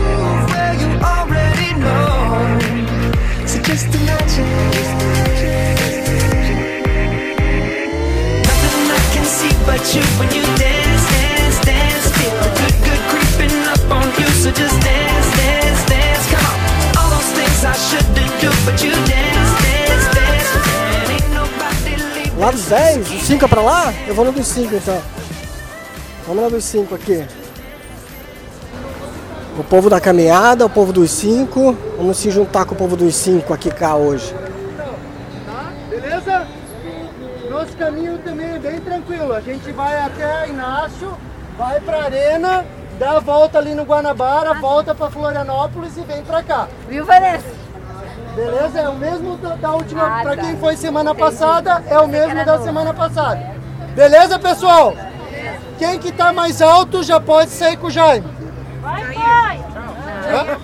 Speaker 1: where you already know. So just imagine. Nothing I can see but you when you dance, dance, dance. Feel the good, good creeping up on you. So just dance, dance, dance. Come on. All those things I shouldn't do, but you dance, dance, dance. And ain't nobody leaving.
Speaker 2: Lá dos 10, dos 5 é pra lá? Eu vou no dos 5 então. Vamos lá dos 5 aqui. O povo da caminhada, o povo dos 5. Vamos se juntar com o povo dos 5 aqui cá hoje.
Speaker 17: Beleza? Nosso caminho também é bem tranquilo. A gente vai até Inácio, vai pra Arena, dá a volta ali no Guanabara, volta para Florianópolis e vem para cá.
Speaker 18: Ah. Viu, Vanessa?
Speaker 17: Beleza? É o mesmo da, da última.
Speaker 18: Ah,
Speaker 17: para
Speaker 18: tá.
Speaker 17: quem foi semana passada, é
Speaker 18: Pensei
Speaker 17: o
Speaker 18: que
Speaker 17: mesmo
Speaker 18: era
Speaker 17: da
Speaker 18: novo.
Speaker 17: semana passada. Beleza, pessoal? Quem que tá mais alto já pode sair com o Jaime.
Speaker 18: Vai, vai!
Speaker 17: Hã?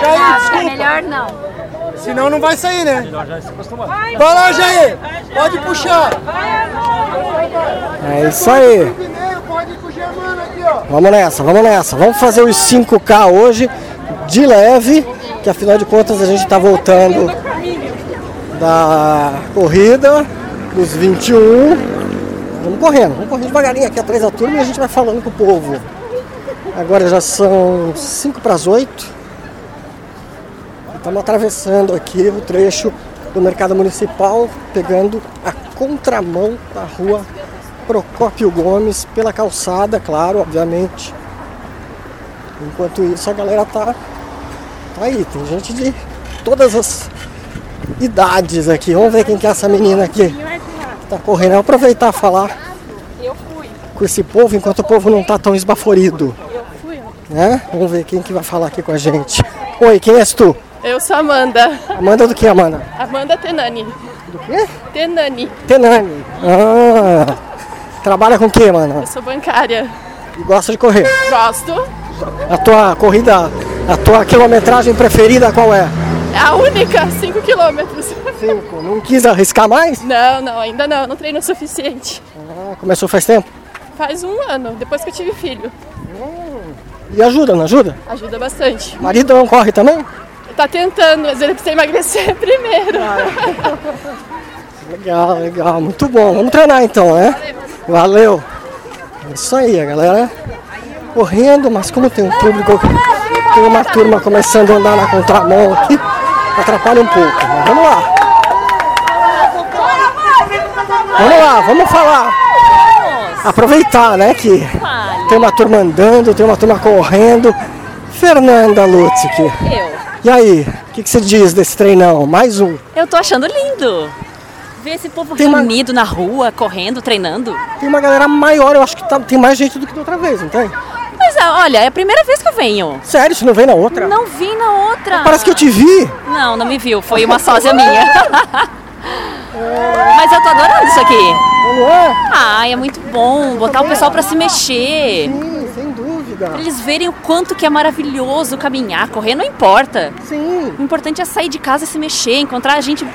Speaker 17: Jaime, desculpa.
Speaker 18: Melhor não.
Speaker 17: Senão não vai sair, né?
Speaker 19: já se acostumar.
Speaker 17: Vai lá, Jair! Pode puxar!
Speaker 2: É isso aí.
Speaker 17: Pode ir com o Germano aqui, ó.
Speaker 2: Vamos nessa, vamos nessa. Vamos fazer os 5K hoje de leve, que afinal de contas a gente está voltando
Speaker 9: é
Speaker 2: da corrida dos 21. Vamos correndo, vamos correndo devagarinho aqui atrás da turma e a gente vai falando com o povo. Agora já são 5 para as 8. Estamos atravessando aqui o trecho do mercado municipal, pegando a contramão da rua Procópio Gomes, pela calçada, claro, obviamente. Enquanto isso, a galera tá, tá aí, tem gente de todas as idades aqui. Vamos ver quem que é essa menina aqui que tá correndo. Eu vou aproveitar e falar com esse povo enquanto o povo não tá tão esbaforido. Né? Vamos ver quem que vai falar aqui com a gente. Oi, quem és tu?
Speaker 20: Eu sou Amanda.
Speaker 2: Amanda do que, Amanda?
Speaker 20: Amanda Tenani.
Speaker 2: Do quê?
Speaker 20: Tenani.
Speaker 2: Tenani. Ah, trabalha com o que, mano?
Speaker 20: Eu sou bancária.
Speaker 2: E gosta de correr.
Speaker 20: Gosto.
Speaker 2: A tua corrida, a tua quilometragem preferida qual é?
Speaker 20: É a única, 5 quilômetros.
Speaker 2: 5, não quis arriscar mais?
Speaker 20: Não, não, ainda não. Não treino o suficiente.
Speaker 2: Começou faz tempo?
Speaker 20: Faz um ano, depois que eu tive filho.
Speaker 2: E ajuda, não ajuda?
Speaker 20: Ajuda bastante.
Speaker 2: Marido não corre também?
Speaker 20: Tá tentando, mas ele precisa emagrecer primeiro.
Speaker 2: Legal, legal, muito bom. Vamos treinar então, né? Valeu. É isso aí, a galera correndo, mas como tem um público, tem uma turma começando a andar na contramão aqui, atrapalha um pouco. Mas vamos lá. Vamos lá, vamos falar. Aproveitar, né, que tem uma turma andando, tem uma turma correndo. Fernanda Lutzig.
Speaker 21: Eu.
Speaker 2: E aí, o que, que você diz desse treinão? Mais um.
Speaker 21: Eu tô achando lindo. Ver esse povo reunido na rua, correndo, treinando.
Speaker 2: Tem uma galera maior, eu acho que tá- tem mais gente do que da outra vez, não tem?
Speaker 21: Mas ah, olha, é a primeira vez que eu venho.
Speaker 2: Sério, isso não vem na outra?
Speaker 21: Não vi na outra.
Speaker 2: Parece que eu te vi.
Speaker 21: Não, não me viu. Foi uma sósia minha. Mas eu tô adorando isso aqui. Ai, é muito bom botar o pessoal pra se mexer.
Speaker 2: Sim, sem dúvida.
Speaker 21: Pra eles verem o quanto que é maravilhoso caminhar, correr, não importa.
Speaker 2: Sim.
Speaker 21: O importante é sair de casa e se mexer, encontrar gente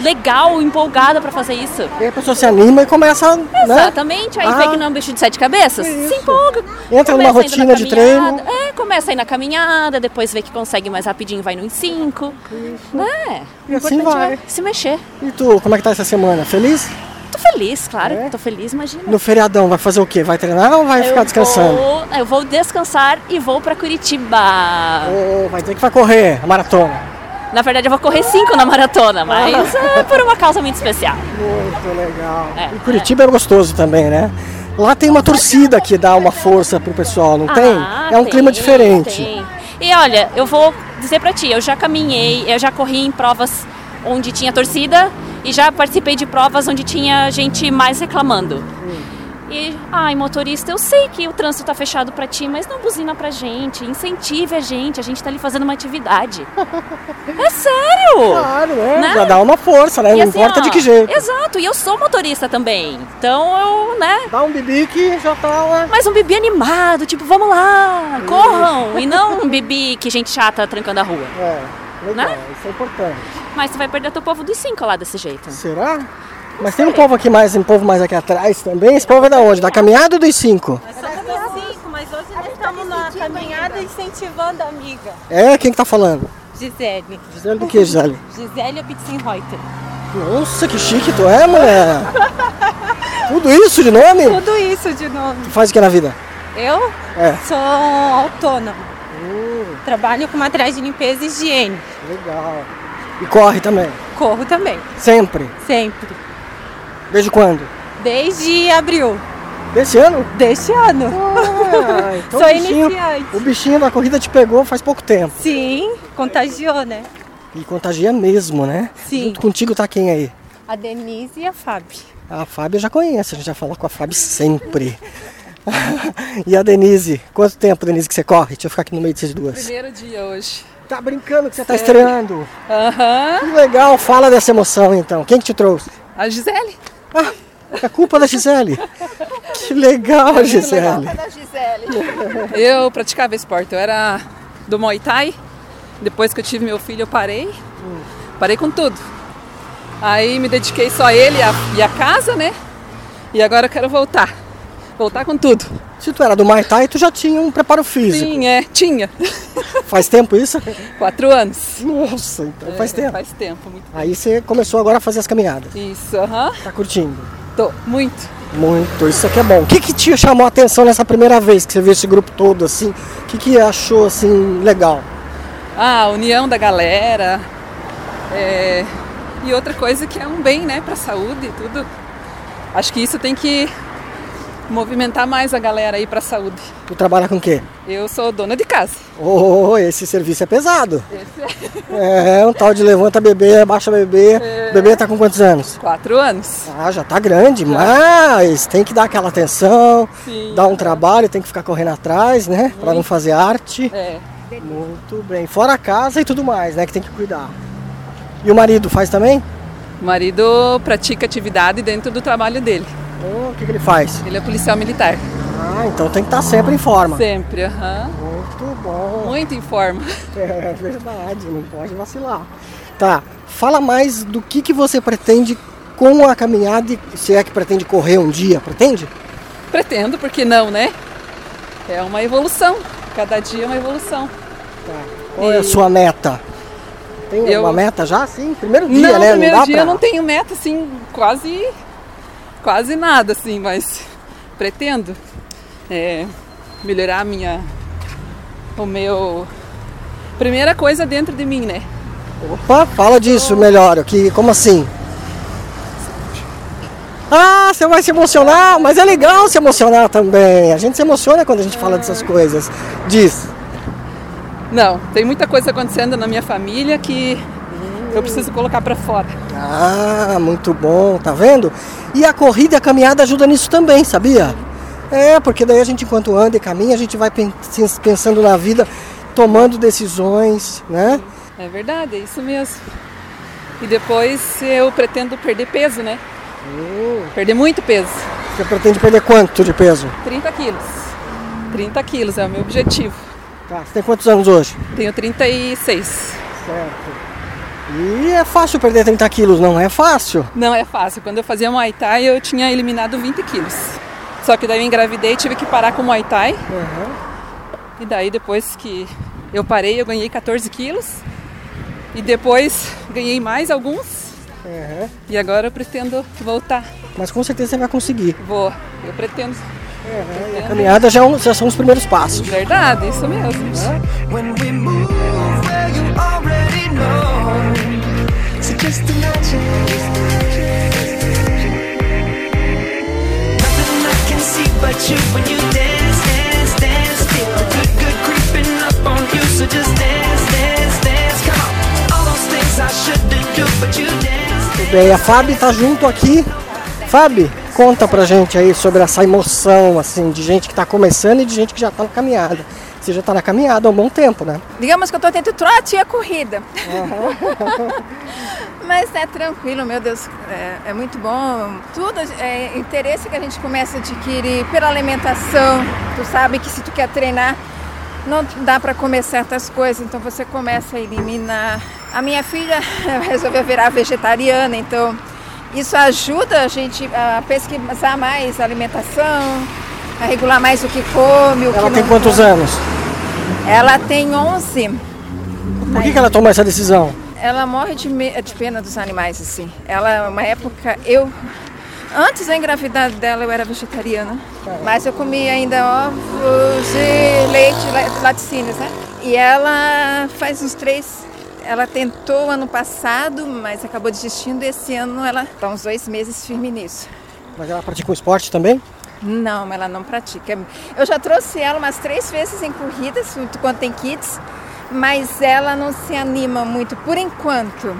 Speaker 21: legal, empolgada pra fazer isso.
Speaker 2: E aí a pessoa se anima e começa. né?
Speaker 21: Exatamente, aí vê
Speaker 2: Ah.
Speaker 21: que não é um bicho de sete cabeças, se empolga.
Speaker 2: Entra numa
Speaker 21: começa indo na
Speaker 2: rotina de
Speaker 21: caminhada,
Speaker 2: treino.
Speaker 21: É, começa aí na caminhada, depois vê que consegue mais rapidinho, vai no em cinco. Né?
Speaker 2: E
Speaker 21: O
Speaker 2: assim
Speaker 21: importante
Speaker 2: vai.
Speaker 21: é se mexer.
Speaker 2: E tu, como é que tá essa semana? Feliz?
Speaker 21: Tô feliz, claro, tô feliz, imagina.
Speaker 2: É? No feriadão, vai fazer o quê? Vai treinar ou vai ficar descansando?
Speaker 21: Vou, eu vou descansar e vou pra Curitiba.
Speaker 2: Vai ter que vai correr a maratona.
Speaker 21: Na verdade, eu vou correr cinco na maratona, mas é por uma causa muito especial.
Speaker 2: Ah. Muito legal.
Speaker 21: É.
Speaker 2: Curitiba é gostoso também, né? Lá tem uma torcida que dá uma força pro pessoal, não
Speaker 21: Ah,
Speaker 2: tem? É um clima
Speaker 21: tem,
Speaker 2: diferente.
Speaker 21: tem. E olha, eu vou dizer pra ti, eu já caminhei, eu já corri em provas onde tinha torcida e já participei de provas onde tinha gente mais reclamando. E, ai, motorista, eu sei que o trânsito tá fechado pra ti, mas não buzina pra gente, incentive a gente, a gente tá ali fazendo uma atividade. É sério!
Speaker 2: Claro, é.
Speaker 21: Né?
Speaker 2: Já dá uma força, né?
Speaker 21: E
Speaker 2: Não
Speaker 21: assim,
Speaker 2: importa
Speaker 21: ó,
Speaker 2: de que jeito.
Speaker 21: Exato, e eu sou motorista também. Então eu, né?
Speaker 2: Dá um bibi que já tá lá.
Speaker 21: Mas um bibi animado, tipo, vamos lá, corram. e não um bibi que gente chata trancando a rua.
Speaker 2: É,
Speaker 21: legal,
Speaker 2: isso é importante.
Speaker 21: Mas tu vai perder teu povo dos cinco lá desse jeito.
Speaker 2: Será? Mas tem um povo aqui mais, um povo mais aqui atrás também. Esse povo é da onde? Da caminhada ou dos cinco?
Speaker 9: cinco, mas hoje nós estamos na caminhada incentivando a amiga.
Speaker 2: É, quem que tá falando?
Speaker 9: Gisele.
Speaker 2: Gisele do que, Gisele?
Speaker 9: Gisele Bittenreuter.
Speaker 2: Nossa, que chique tu é, mulher! Tudo isso de nome?
Speaker 9: Tudo isso de nome.
Speaker 2: Tu faz o que na vida?
Speaker 9: Eu
Speaker 2: É.
Speaker 9: sou autônoma. Trabalho com materiais de limpeza e higiene.
Speaker 2: Uh. Legal. E corre também?
Speaker 9: Corro também,
Speaker 2: Sempre?
Speaker 9: sempre.
Speaker 2: Desde quando?
Speaker 9: Desde abril.
Speaker 2: Desse ano?
Speaker 9: Deste ano.
Speaker 2: Então
Speaker 9: sou
Speaker 2: o bichinho-
Speaker 9: iniciante.
Speaker 2: O bichinho da corrida te pegou faz pouco tempo.
Speaker 9: Sim, contagiou, né?
Speaker 2: E contagia mesmo, né?
Speaker 9: Sim.
Speaker 2: Junto contigo tá quem aí?
Speaker 9: A Denise e a Fábio.
Speaker 2: A Fábio eu já conheço, a gente já fala com a Fábio sempre. e a Denise, quanto tempo, Denise, que você corre? Deixa eu ficar aqui no meio dessas duas.
Speaker 18: Primeiro dia hoje. É.
Speaker 2: Tá brincando que você tá estreando.
Speaker 18: Aham.
Speaker 2: Que legal, fala dessa emoção então. Quem que te trouxe?
Speaker 18: A Gisele?
Speaker 2: É a culpa da Gisele. Que
Speaker 18: É
Speaker 2: legal, Gisele.
Speaker 18: né? Eu praticava esporte, eu era do Muay Thai. Depois que eu tive meu filho, eu parei. Parei com tudo. Aí me dediquei só a ele e a, e a casa, né? E agora eu quero voltar. Voltar com tudo.
Speaker 2: Se tu era do Muay Thai, tu já tinha um preparo físico.
Speaker 18: Sim, é, tinha.
Speaker 2: Faz tempo isso?
Speaker 18: Quatro anos.
Speaker 2: Nossa, então faz
Speaker 18: É,
Speaker 2: tempo.
Speaker 18: Faz tempo, muito.
Speaker 2: Aí você começou agora a fazer as caminhadas.
Speaker 18: Isso, aham.
Speaker 2: Tá curtindo?
Speaker 18: Tô, muito.
Speaker 2: Muito, isso aqui é bom. O que, que te chamou a atenção nessa primeira vez que você viu esse grupo todo assim? O que, que achou assim legal?
Speaker 18: Ah, a união da galera. é, E outra coisa que é um bem, né, pra saúde e tudo. Acho que isso tem que movimentar mais a galera aí pra saúde.
Speaker 2: Tu trabalha com o quê?
Speaker 18: Eu sou dona de casa.
Speaker 2: Oh, esse serviço é pesado. É, um tal de levanta bebê, baixa bebê.
Speaker 18: É.
Speaker 2: O Bebê tá com quantos anos?
Speaker 18: Quatro anos.
Speaker 2: Ah, já tá grande, mas tem que dar aquela atenção,
Speaker 18: Sim.
Speaker 2: dar um trabalho, tem que ficar correndo atrás, né? Pra não fazer arte.
Speaker 18: É.
Speaker 2: Muito bem. Fora a casa e tudo mais, né? Que tem que cuidar. E o marido faz também?
Speaker 18: O marido pratica atividade dentro do trabalho dele.
Speaker 2: O que, que ele faz?
Speaker 18: Ele é policial militar.
Speaker 2: Ah, então tem que estar sempre em forma.
Speaker 18: Sempre, aham.
Speaker 2: Muito bom.
Speaker 18: Muito em forma.
Speaker 2: É verdade, não pode vacilar. Tá, fala mais do que, que você pretende com a caminhada, e se é que pretende correr um dia, pretende?
Speaker 18: Pretendo, porque não, né? É uma evolução. Cada dia é uma evolução.
Speaker 2: Qual é a
Speaker 18: E-
Speaker 2: sua meta? Tem
Speaker 18: Eu-
Speaker 2: uma meta já, sim? Primeiro dia,
Speaker 18: não,
Speaker 2: né?
Speaker 18: primeiro
Speaker 2: não dá
Speaker 18: dia
Speaker 2: pra...
Speaker 18: eu não tenho meta, assim, quase, quase nada, assim, mas pretendo é, melhorar a minha, o meu, primeira coisa dentro de mim, né?
Speaker 2: Opa, fala disso melhor, que, como assim? Ah, você vai se emocionar, mas é legal se emocionar também. A gente se emociona quando a gente fala dessas coisas. Diz.
Speaker 18: Não, tem muita coisa acontecendo na minha família que eu preciso colocar pra fora.
Speaker 2: Ah, muito bom, tá vendo? E a corrida e a caminhada ajuda nisso também, sabia? É, porque daí a gente enquanto anda e caminha, a gente vai pen- se- pensando na vida, tomando decisões, né?
Speaker 18: É verdade, é isso mesmo. E depois eu pretendo perder peso, né? Perder muito peso.
Speaker 2: Você pretende perder quanto de peso?
Speaker 18: 30 quilos. 30 quilos é o meu objetivo.
Speaker 2: Tá. Você tem quantos anos hoje?
Speaker 18: Tenho 36. Certo.
Speaker 2: E é fácil perder 30 quilos, não é fácil?
Speaker 18: Não é fácil. Quando eu fazia Muay Thai, eu tinha eliminado 20 quilos. Só que daí eu engravidei, tive que parar com Muay Thai. E daí depois que eu parei, eu ganhei 14 quilos. E depois ganhei mais alguns. E agora eu pretendo voltar.
Speaker 2: Mas com certeza você vai conseguir.
Speaker 18: Vou, eu pretendo.
Speaker 2: né? A caminhada já, é um- já são os primeiros passos.
Speaker 18: Verdade, isso mesmo.
Speaker 1: When we move where you already know. So just imagine. Nothing I can see but you when you dance, dance, dance. Feel the good, good creeping up on you. So just dance, dance, dance. Come on. All those things I shouldn't do, but you dance.
Speaker 2: Tudo bem, a Fábio tá junto aqui. Fábio, conta pra gente aí sobre essa emoção, assim, de gente que tá começando e de gente que já tá na caminhada. Você já tá na caminhada há um bom tempo, né?
Speaker 19: Digamos que eu estou entre o trote e a corrida. Mas é tranquilo, meu Deus, é, é muito bom. Tudo é interesse que a gente começa a adquirir pela alimentação. Tu sabe que se tu quer treinar, não dá para comer certas coisas, então você começa a eliminar. A minha filha resolveu virar vegetariana, então isso ajuda a gente a pesquisar mais a alimentação, a regular mais o que come, o
Speaker 2: Ela
Speaker 19: que
Speaker 2: tem
Speaker 19: não
Speaker 2: quantos
Speaker 19: come.
Speaker 2: anos?
Speaker 19: Ela tem 11.
Speaker 2: Por que, que ela tomou essa decisão?
Speaker 19: Ela morre de, me- de pena dos animais, assim. Ela, uma época, eu... Antes da engravidar dela, eu era vegetariana. Mas eu comia ainda ovos e leite, la- laticínios, né? E ela faz uns três... Ela tentou ano passado, mas acabou desistindo. E esse ano ela está uns dois meses firme nisso.
Speaker 2: Mas ela pratica o esporte também?
Speaker 19: Não, ela não pratica. Eu já trouxe ela umas três vezes em corridas, muito quando tem kids, mas ela não se anima muito por enquanto.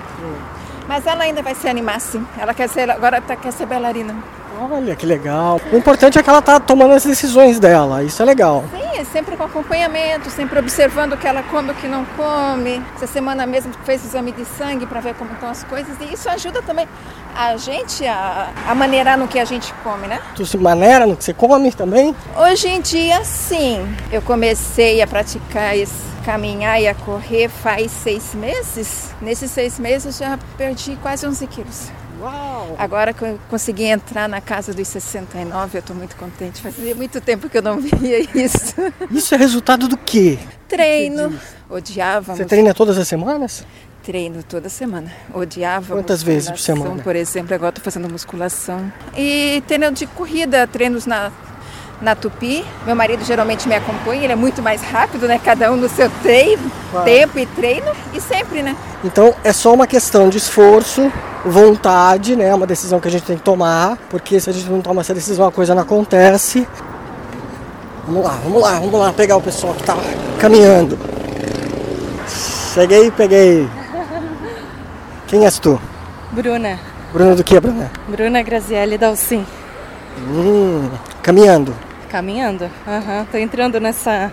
Speaker 19: Mas ela ainda vai se animar sim. Ela quer ser, agora tá, quer ser bailarina.
Speaker 2: Olha que legal. O importante é que ela tá tomando as decisões dela, isso é legal.
Speaker 19: Sim, sempre com acompanhamento, sempre observando o que ela come, o que não come. Essa semana mesmo fez exame de sangue para ver como estão as coisas. E isso ajuda também a gente a, a maneirar no que a gente come, né?
Speaker 2: Tu se maneira no que você come também?
Speaker 19: Hoje em dia, sim. Eu comecei a praticar esse caminhar e a correr faz seis meses. Nesses seis meses já perdi quase 11 quilos.
Speaker 2: Uau!
Speaker 19: Agora que eu consegui entrar na casa dos 69, eu estou muito contente. Fazia muito tempo que eu não via isso.
Speaker 2: Isso é resultado do quê?
Speaker 19: Treino, odiava.
Speaker 2: Você treina todas as semanas?
Speaker 19: Treino toda semana. Odiava.
Speaker 2: Quantas vezes por
Speaker 19: musculação,
Speaker 2: semana?
Speaker 19: Por exemplo, agora estou fazendo musculação. E treino de corrida, treinos na, na Tupi. Meu marido geralmente me acompanha, ele é muito mais rápido, né? Cada um no seu treino,
Speaker 2: Claro.
Speaker 19: tempo e treino. E sempre, né?
Speaker 2: Então é só uma questão de esforço, vontade, né? É Uma decisão que a gente tem que tomar, porque se a gente não toma essa decisão, a coisa não acontece. Vamos lá, vamos lá, vamos lá pegar o pessoal que tá caminhando. Cheguei, peguei. Quem és tu?
Speaker 4: Bruna.
Speaker 2: Bruno do que, Bruna?
Speaker 4: Bruna Grazielli Dalcin.
Speaker 2: Hum, caminhando.
Speaker 4: Caminhando? Aham, tô entrando nessa,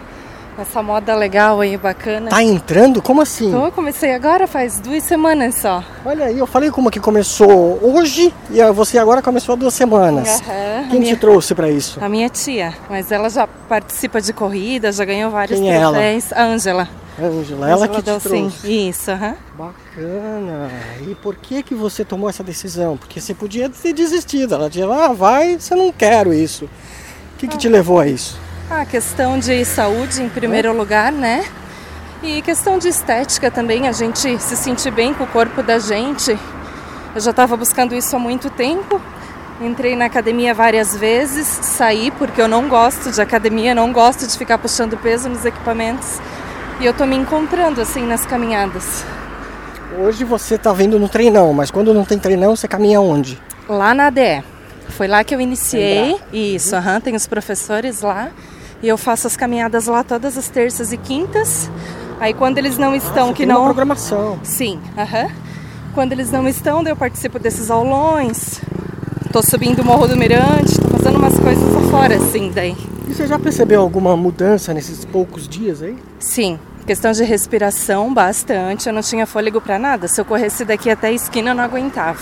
Speaker 4: nessa moda legal aí, bacana.
Speaker 2: Tá entrando? Como assim?
Speaker 4: Né? Tô, comecei agora faz duas semanas só.
Speaker 2: Olha aí, eu falei como que começou hoje e a- você agora começou há duas semanas.
Speaker 4: Aham, Ah.
Speaker 2: Quem
Speaker 4: É, a minha-
Speaker 2: te trouxe pra isso?
Speaker 4: A minha tia, mas ela já participa de corrida, já ganhou vários
Speaker 2: Quem é ela?
Speaker 4: troféus. A Ângela.
Speaker 2: Ângela, ela que te
Speaker 4: Dalcin.
Speaker 2: trouxe.
Speaker 4: Isso, aham.
Speaker 2: Bacana. E por que que você tomou essa decisão? Porque você podia ter desistido. Ela dizia, ah, vai, você não quero isso. O que, que te levou a isso?
Speaker 4: A questão de saúde em primeiro lugar, né? E questão de estética também, a gente se sentir bem com o corpo da gente. Eu já estava buscando isso há muito tempo. Entrei na academia várias vezes, saí porque eu não gosto de academia, não gosto de ficar puxando peso nos equipamentos. E eu tô me encontrando assim nas caminhadas.
Speaker 2: Hoje você tá vindo no treinão, mas quando não tem treinão, você caminha onde?
Speaker 4: lá na ADE. Foi lá que eu iniciei.
Speaker 2: Uhum.
Speaker 4: Isso, aham, tem os professores lá. E eu faço as caminhadas lá todas as terças e quintas. Aí quando eles não estão, que
Speaker 2: Ah, tem uma
Speaker 4: não.
Speaker 2: programação.
Speaker 4: Sim, aham. Quando eles não estão, daí eu participo desses aulões. Tô subindo o Morro do Mirante, tô fazendo umas coisas lá fora, assim, daí.
Speaker 2: E você já percebeu alguma mudança nesses poucos dias aí?
Speaker 4: Sim, questão de respiração, bastante. Eu não tinha fôlego para nada. Se eu corresse daqui até a esquina, eu não aguentava.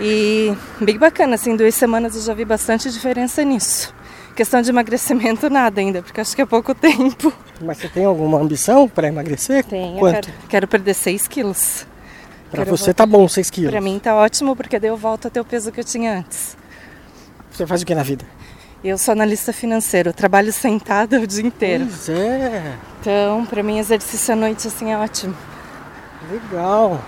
Speaker 4: E bem bacana, assim, duas semanas eu já vi bastante diferença nisso. Questão de emagrecimento, nada ainda, porque acho que é pouco tempo.
Speaker 2: Mas você tem alguma ambição para emagrecer?
Speaker 4: Tenho,
Speaker 2: Quanto?
Speaker 4: Quero, quero perder 6 quilos.
Speaker 2: Para você tá bom, 6 quilos.
Speaker 4: Para mim tá ótimo, porque daí eu volto a ter o peso que eu tinha antes.
Speaker 2: Você faz o que na vida?
Speaker 4: Eu sou analista financeira, eu trabalho sentada o dia inteiro.
Speaker 2: Pois é.
Speaker 4: Então, para mim, exercício à noite, assim, é ótimo.
Speaker 2: Legal.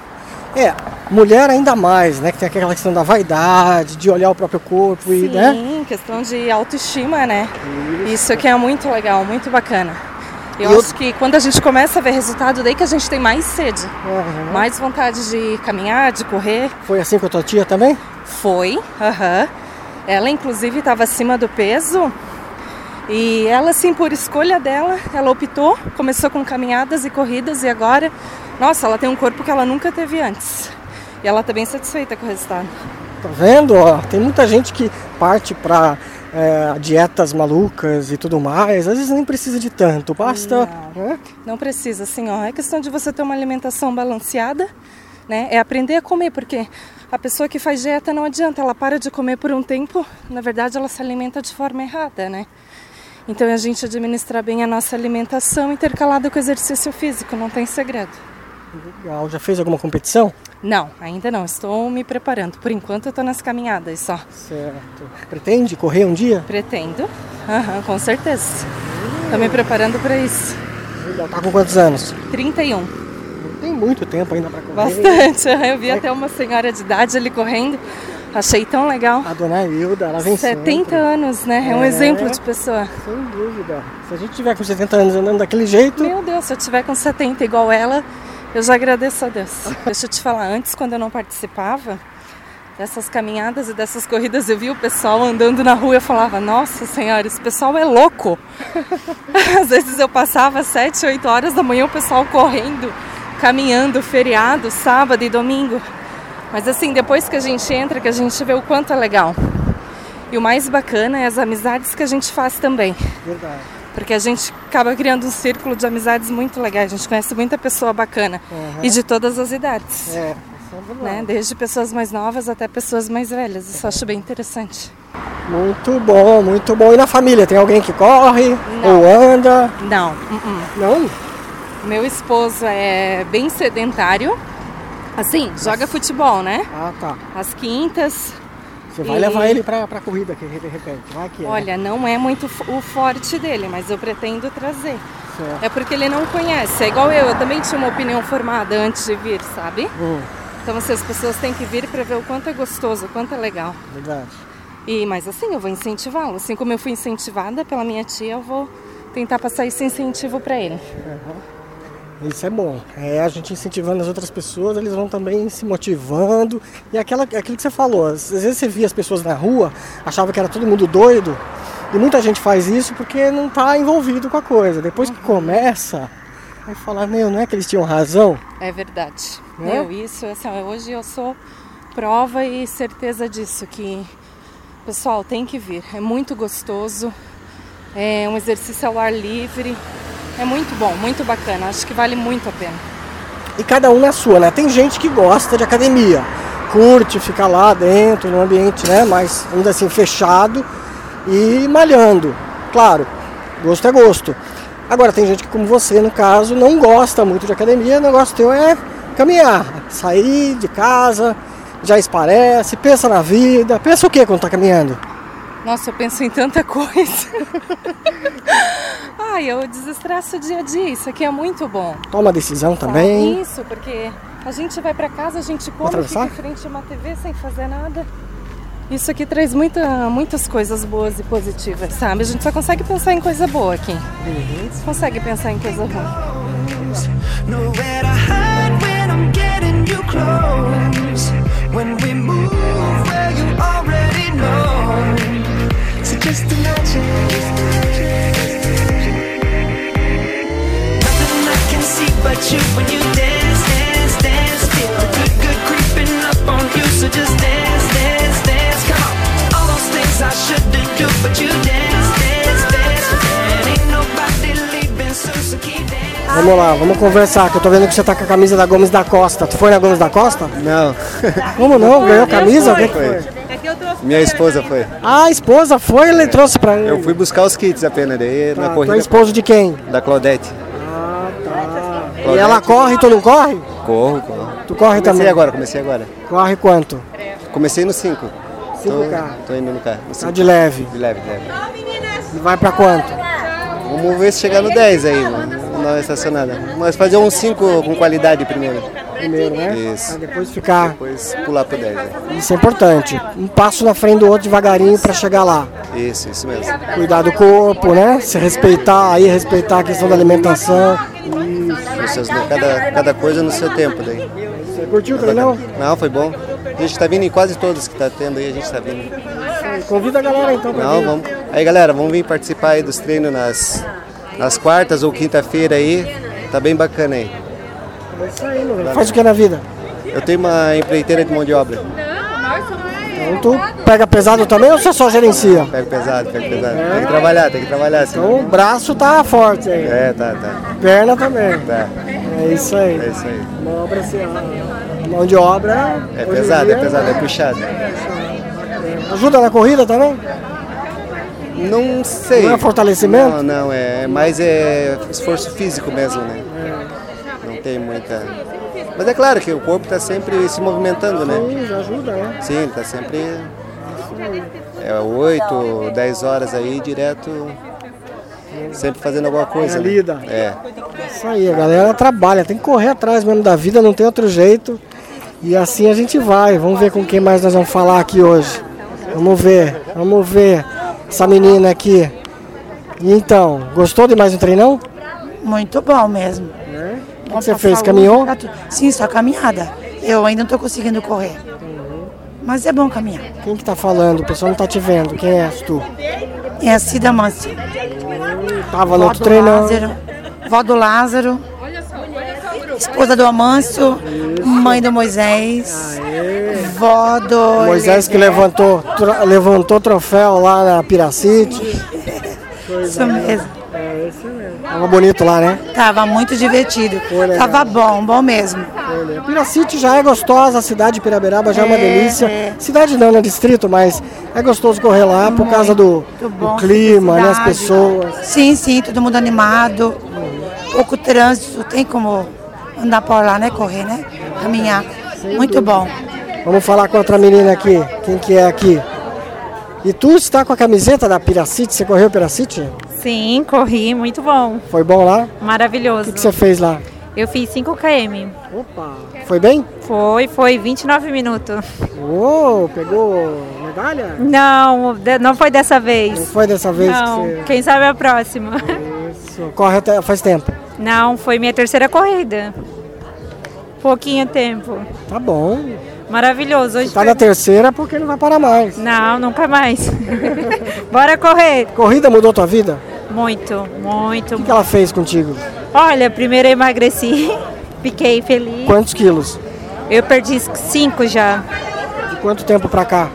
Speaker 2: É, mulher ainda mais, né? Que tem aquela questão da vaidade, de olhar o próprio corpo e, né?
Speaker 4: Sim, questão de autoestima, né? Isso que é muito legal, muito bacana. Eu
Speaker 2: E eu-
Speaker 4: acho que quando a gente começa a ver resultado, daí que a gente tem mais sede, mais vontade de caminhar, de correr.
Speaker 2: Foi assim com a tua tia também?
Speaker 4: Foi, aham. Ela, inclusive, estava acima do peso. E ela, assim, por escolha dela, ela optou, começou com caminhadas e corridas e agora, nossa, ela tem um corpo que ela nunca teve antes. E ela está bem satisfeita com o resultado.
Speaker 2: Tá vendo? Ó, tem muita gente que parte pra é, dietas malucas e tudo mais. Às vezes nem precisa de tanto, basta.
Speaker 4: Não precisa, assim, ó. É questão de você ter uma alimentação balanceada, né? É aprender a comer, porque a pessoa que faz dieta não adianta, ela para de comer por um tempo, na verdade ela se alimenta de forma errada, né? Então a gente administrar bem a nossa alimentação intercalada com exercício físico, não tem segredo.
Speaker 2: Legal. Já fez alguma competição?
Speaker 4: Não, ainda não, estou me preparando. Por enquanto eu tô nas caminhadas só.
Speaker 2: Certo. Pretende correr um dia?
Speaker 4: Pretendo, Aham, com certeza. Tô me preparando para isso.
Speaker 2: Legal. Tá com quantos anos?
Speaker 4: 31.
Speaker 2: Tem muito tempo ainda pra correr.
Speaker 4: Bastante. Eu vi até uma senhora de idade ali correndo. Achei tão legal.
Speaker 2: A dona Hilda, ela vem
Speaker 4: 70
Speaker 2: sempre.
Speaker 4: anos, né? É um
Speaker 2: É.
Speaker 4: exemplo de pessoa.
Speaker 2: Sem dúvida. Se a gente tiver com 70 anos andando daquele jeito,
Speaker 4: Meu Deus, se eu tiver com 70 igual ela, eu já agradeço a Deus. Deixa eu te falar, antes, quando eu não participava dessas caminhadas e dessas corridas, eu via o pessoal andando na rua e eu falava, nossa senhora, esse pessoal é louco. Às vezes eu passava 7, 8 horas da manhã, o pessoal correndo, caminhando, feriado, sábado e domingo. Mas assim, depois que a gente entra, que a gente vê o quanto é legal. E o mais bacana é as amizades que a gente faz também.
Speaker 2: Verdade.
Speaker 4: Porque a gente acaba criando um círculo de amizades muito legais. A gente conhece muita pessoa bacana.
Speaker 2: Uhum.
Speaker 4: E de todas as idades.
Speaker 2: É,
Speaker 4: né? Desde pessoas mais novas até pessoas mais velhas. Isso eu acho bem interessante.
Speaker 2: Muito bom, muito bom. E na família, tem alguém que corre
Speaker 4: Não.
Speaker 2: ou anda?
Speaker 4: Não.
Speaker 2: Não?
Speaker 4: Meu esposo é bem sedentário. Assim, joga futebol, né?
Speaker 2: Ah, tá.
Speaker 4: Às quintas.
Speaker 2: Você vai
Speaker 4: E-
Speaker 2: levar ele pra, pra corrida aqui, de repente. Vai que é.
Speaker 4: Olha, não é muito fo- o forte dele, mas eu pretendo trazer.
Speaker 2: Certo.
Speaker 4: É porque ele não conhece. É igual eu, eu também tinha uma opinião formada antes de vir, sabe?
Speaker 2: Hum,
Speaker 4: Então assim, as pessoas têm que vir para ver o quanto é gostoso, o quanto é legal.
Speaker 2: verdade.
Speaker 4: E mas assim, eu vou incentivá-lo. Assim como eu fui incentivada pela minha tia, eu vou tentar passar esse incentivo para ele.
Speaker 2: Isso é bom. É, a gente incentivando as outras pessoas, eles vão também se motivando. E aquela, aquilo que você falou, às vezes você via as pessoas na rua, achava que era todo mundo doido. E muita gente faz isso porque não está envolvido com a coisa. Depois que começa, vai falar, meu, não é que eles tinham razão?
Speaker 4: É verdade.
Speaker 2: Né?
Speaker 4: Eu isso, assim, ó, hoje eu sou prova e certeza disso que pessoal tem que vir. É muito gostoso. É um exercício ao ar livre. É muito bom, muito bacana. Acho que vale muito a pena.
Speaker 2: E cada um na sua, né? Tem gente que gosta de academia, curte ficar lá dentro, num ambiente, né? Mas ainda assim, fechado e malhando. Claro, gosto é gosto. Agora, tem gente que, como você, no caso, não gosta muito de academia, o negócio teu é caminhar, sair de casa, já esparece, pensa na vida, pensa o que quando tá caminhando?
Speaker 4: Nossa, eu penso em tanta coisa. Ai, eu desestresso o dia a dia. Isso aqui é muito bom. tá?
Speaker 2: Toma decisão também.
Speaker 4: Isso, porque a gente vai pra casa, a gente come,
Speaker 2: atravessar?
Speaker 4: fica em frente a uma TV sem fazer nada. Isso aqui traz muita, muitas coisas boas e positivas, sabe? A gente só consegue pensar em coisa boa aqui.
Speaker 2: Uhum.
Speaker 4: A gente consegue pensar em coisa ruim.
Speaker 1: Nowhere to hide when I'm getting you close. When we move where you already know. So just imagine. Nothing I can see but you when you dance, dance, dance. Feel the good, good creeping up on you. So just dance, dance, dance. Come on. All those things I shouldn't do, but you dance, dance, dance. And ain't nobody leaving soon, so keep dancing.
Speaker 2: Vamos lá, vamos conversar, que eu tô vendo que você tá com a camisa da Gomes da Costa. Tu foi na Gomes da Costa? Não. Como não? Ganhou camisa? Quem que foi?
Speaker 5: Minha esposa foi. É.
Speaker 2: Ah, a esposa foi, ele trouxe pra ele.
Speaker 5: Eu fui buscar os kits apenas daí
Speaker 2: Ah,
Speaker 5: na
Speaker 2: tu
Speaker 5: corrida.
Speaker 2: é esposo de quem?
Speaker 5: Da Claudete.
Speaker 2: E ela corre, tu não corre?
Speaker 5: Corro, corro.
Speaker 2: Tu corre
Speaker 5: comecei
Speaker 2: também?
Speaker 5: agora, comecei agora.
Speaker 2: Corre quanto?
Speaker 5: Comecei no 5.
Speaker 2: Cinco K. Tá
Speaker 5: Tô, tô indo no carro. no cinco.
Speaker 2: de leve.
Speaker 5: De leve, de leve.
Speaker 2: E vai pra quanto?
Speaker 5: Vamos ver se chegar no 10 aí, mano. Não estacionada. Mas fazer um 5 com qualidade primeiro.
Speaker 2: Primeiro, né?
Speaker 5: Isso.
Speaker 2: Depois ficar.
Speaker 5: Depois pular pro 10. né?
Speaker 2: Isso é importante. Um passo na frente do outro devagarinho pra chegar lá.
Speaker 5: Isso, isso mesmo.
Speaker 2: Cuidar do corpo, né? Se respeitar aí, respeitar a questão da alimentação.
Speaker 5: Nos seus- né? Cada, cada coisa no seu tempo daí. Você
Speaker 2: curtiu o treinão?
Speaker 5: Não, foi bom. A gente tá vindo em quase todos que tá tendo aí, a gente tá vindo.
Speaker 2: Convida a galera então pra
Speaker 5: Não,
Speaker 2: vir.
Speaker 5: vamos. Aí galera, vamos vir participar aí dos treinos nas, nas quartas ou quinta-feira aí. Tá bem bacana aí.
Speaker 2: É isso aí, meu velho. Faz o que na vida?
Speaker 5: Eu tenho uma empreiteira de mão de obra.
Speaker 2: Então tu pega pesado também ou você só gerencia?
Speaker 5: Pega pesado, pega pesado. Tem que trabalhar, tem que trabalhar.
Speaker 2: Então o braço tá forte aí.
Speaker 5: É, tá, tá.
Speaker 2: Perna também.
Speaker 5: Tá.
Speaker 2: É isso aí.
Speaker 5: É isso aí.
Speaker 2: Mão obra, assim, ó. Mão de obra.
Speaker 5: É
Speaker 2: hoje em
Speaker 5: pesado, é
Speaker 2: dia,
Speaker 5: pesado, é puxado.
Speaker 2: Ajuda na corrida também?
Speaker 5: Não sei.
Speaker 2: Não é fortalecimento?
Speaker 5: Não, não, é mais é esforço físico mesmo, né? Não tem muita. Mas é claro que o corpo está sempre se movimentando, né?
Speaker 2: Sim, já ajuda, né?
Speaker 5: Sim, está sempre é, 8, 10 horas aí direto, sempre fazendo alguma coisa. né?
Speaker 2: lida.
Speaker 5: É.
Speaker 2: Isso aí, a galera trabalha, tem que correr atrás mesmo da vida, não tem outro jeito. E assim a gente vai. Vamos ver com quem mais nós vamos falar aqui hoje. Vamos ver, vamos ver essa menina aqui. E Então, gostou de mais um treinão?
Speaker 22: Muito bom mesmo.
Speaker 2: O que É? você fez? Caminhou?
Speaker 22: Sim, só caminhada. Eu ainda não estou conseguindo correr. Mas é bom caminhar.
Speaker 2: Quem que tá falando? O pessoal não tá te vendo. Quem és tu?
Speaker 22: É a Cida Manso.
Speaker 2: Hum, Tava no
Speaker 22: Vó
Speaker 2: outro
Speaker 22: do
Speaker 2: treinão.
Speaker 22: Lázaro, vó do Lázaro. Esposa do Amâncio. Mãe do Moisés. avó do.
Speaker 2: Moisés que levantou, tro- levantou troféu lá na Piracite.
Speaker 22: Isso mesmo.
Speaker 2: É, isso mesmo. Tava bonito lá, né?
Speaker 22: Tava muito divertido. Tava bom, bom mesmo.
Speaker 2: Piracite já é gostosa, a cidade de Piraberaba já é, uma
Speaker 22: É,
Speaker 2: delícia.
Speaker 22: é.
Speaker 2: Cidade não, é distrito, mas é gostoso correr lá por causa do, do
Speaker 22: bom,
Speaker 2: clima, né, as
Speaker 22: cidade.
Speaker 2: pessoas.
Speaker 22: Sim, sim, todo mundo animado. Pouco trânsito, tem como andar por lá, né? Correr, né? Caminhar. Muito bom.
Speaker 2: Vamos falar com outra menina aqui. Quem que é aqui? E tu está com a camiseta da Piracite? Você correu Piracite?
Speaker 23: Sim, corri, muito bom.
Speaker 2: Foi bom lá? O
Speaker 23: Maravilhoso.
Speaker 2: que, que você fez lá?
Speaker 23: Eu fiz 5 km.
Speaker 2: Opa! Foi bem?
Speaker 23: Foi, foi 29 minutos.
Speaker 2: Uou, pegou medalha?
Speaker 23: Não, de- não foi dessa vez. Não
Speaker 2: foi dessa vez que você-
Speaker 23: Quem sabe a próxima.
Speaker 2: Corre até faz tempo.
Speaker 23: Não, foi minha terceira corrida. Pouquinho tempo.
Speaker 2: Tá bom.
Speaker 23: Maravilhoso. Hoje
Speaker 2: Tá
Speaker 23: foi-
Speaker 2: na terceira porque não vai parar mais.
Speaker 23: Não, nunca mais. Bora correr.
Speaker 2: Corrida mudou tua vida?
Speaker 23: Muito, muito.
Speaker 2: O que ela fez contigo?
Speaker 23: Olha, primeiro eu emagreci, fiquei feliz.
Speaker 2: Quantos quilos?
Speaker 23: Eu perdi 5 já.
Speaker 2: De quanto tempo pra cá?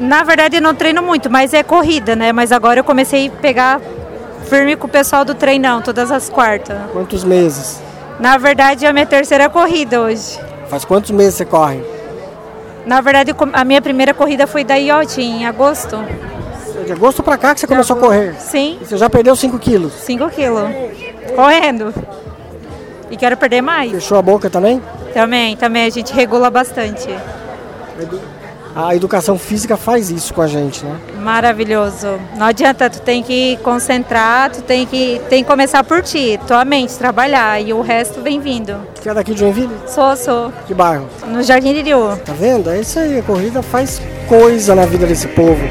Speaker 23: Na verdade, eu não treino muito, mas é corrida, né? Mas agora eu comecei a pegar firme com o pessoal do treinão, todas as quartas.
Speaker 2: Quantos meses?
Speaker 23: Na verdade, é a minha terceira corrida hoje.
Speaker 2: Faz quantos meses você corre?
Speaker 23: Na verdade, com- a minha primeira corrida foi da IOT, em agosto.
Speaker 2: De agosto pra cá que você começou a correr.
Speaker 23: Sim,
Speaker 2: Você já perdeu 5 quilos.
Speaker 23: 5 quilos. Correndo. E quero perder mais.
Speaker 2: Fechou a boca também?
Speaker 23: Também, também, a gente regula bastante.
Speaker 2: A educação física faz isso com a gente, né?
Speaker 23: Maravilhoso. Não adianta, tu tem que concentrar, tu tem que, tem que começar por ti, tua mente, trabalhar, e o resto vem vindo.
Speaker 2: Você é daqui de Joinville?
Speaker 23: Sou, sou.
Speaker 2: Que bairro?
Speaker 23: No Jardim Liriu.
Speaker 2: Tá vendo? É isso aí, a corrida faz coisa na vida desse povo.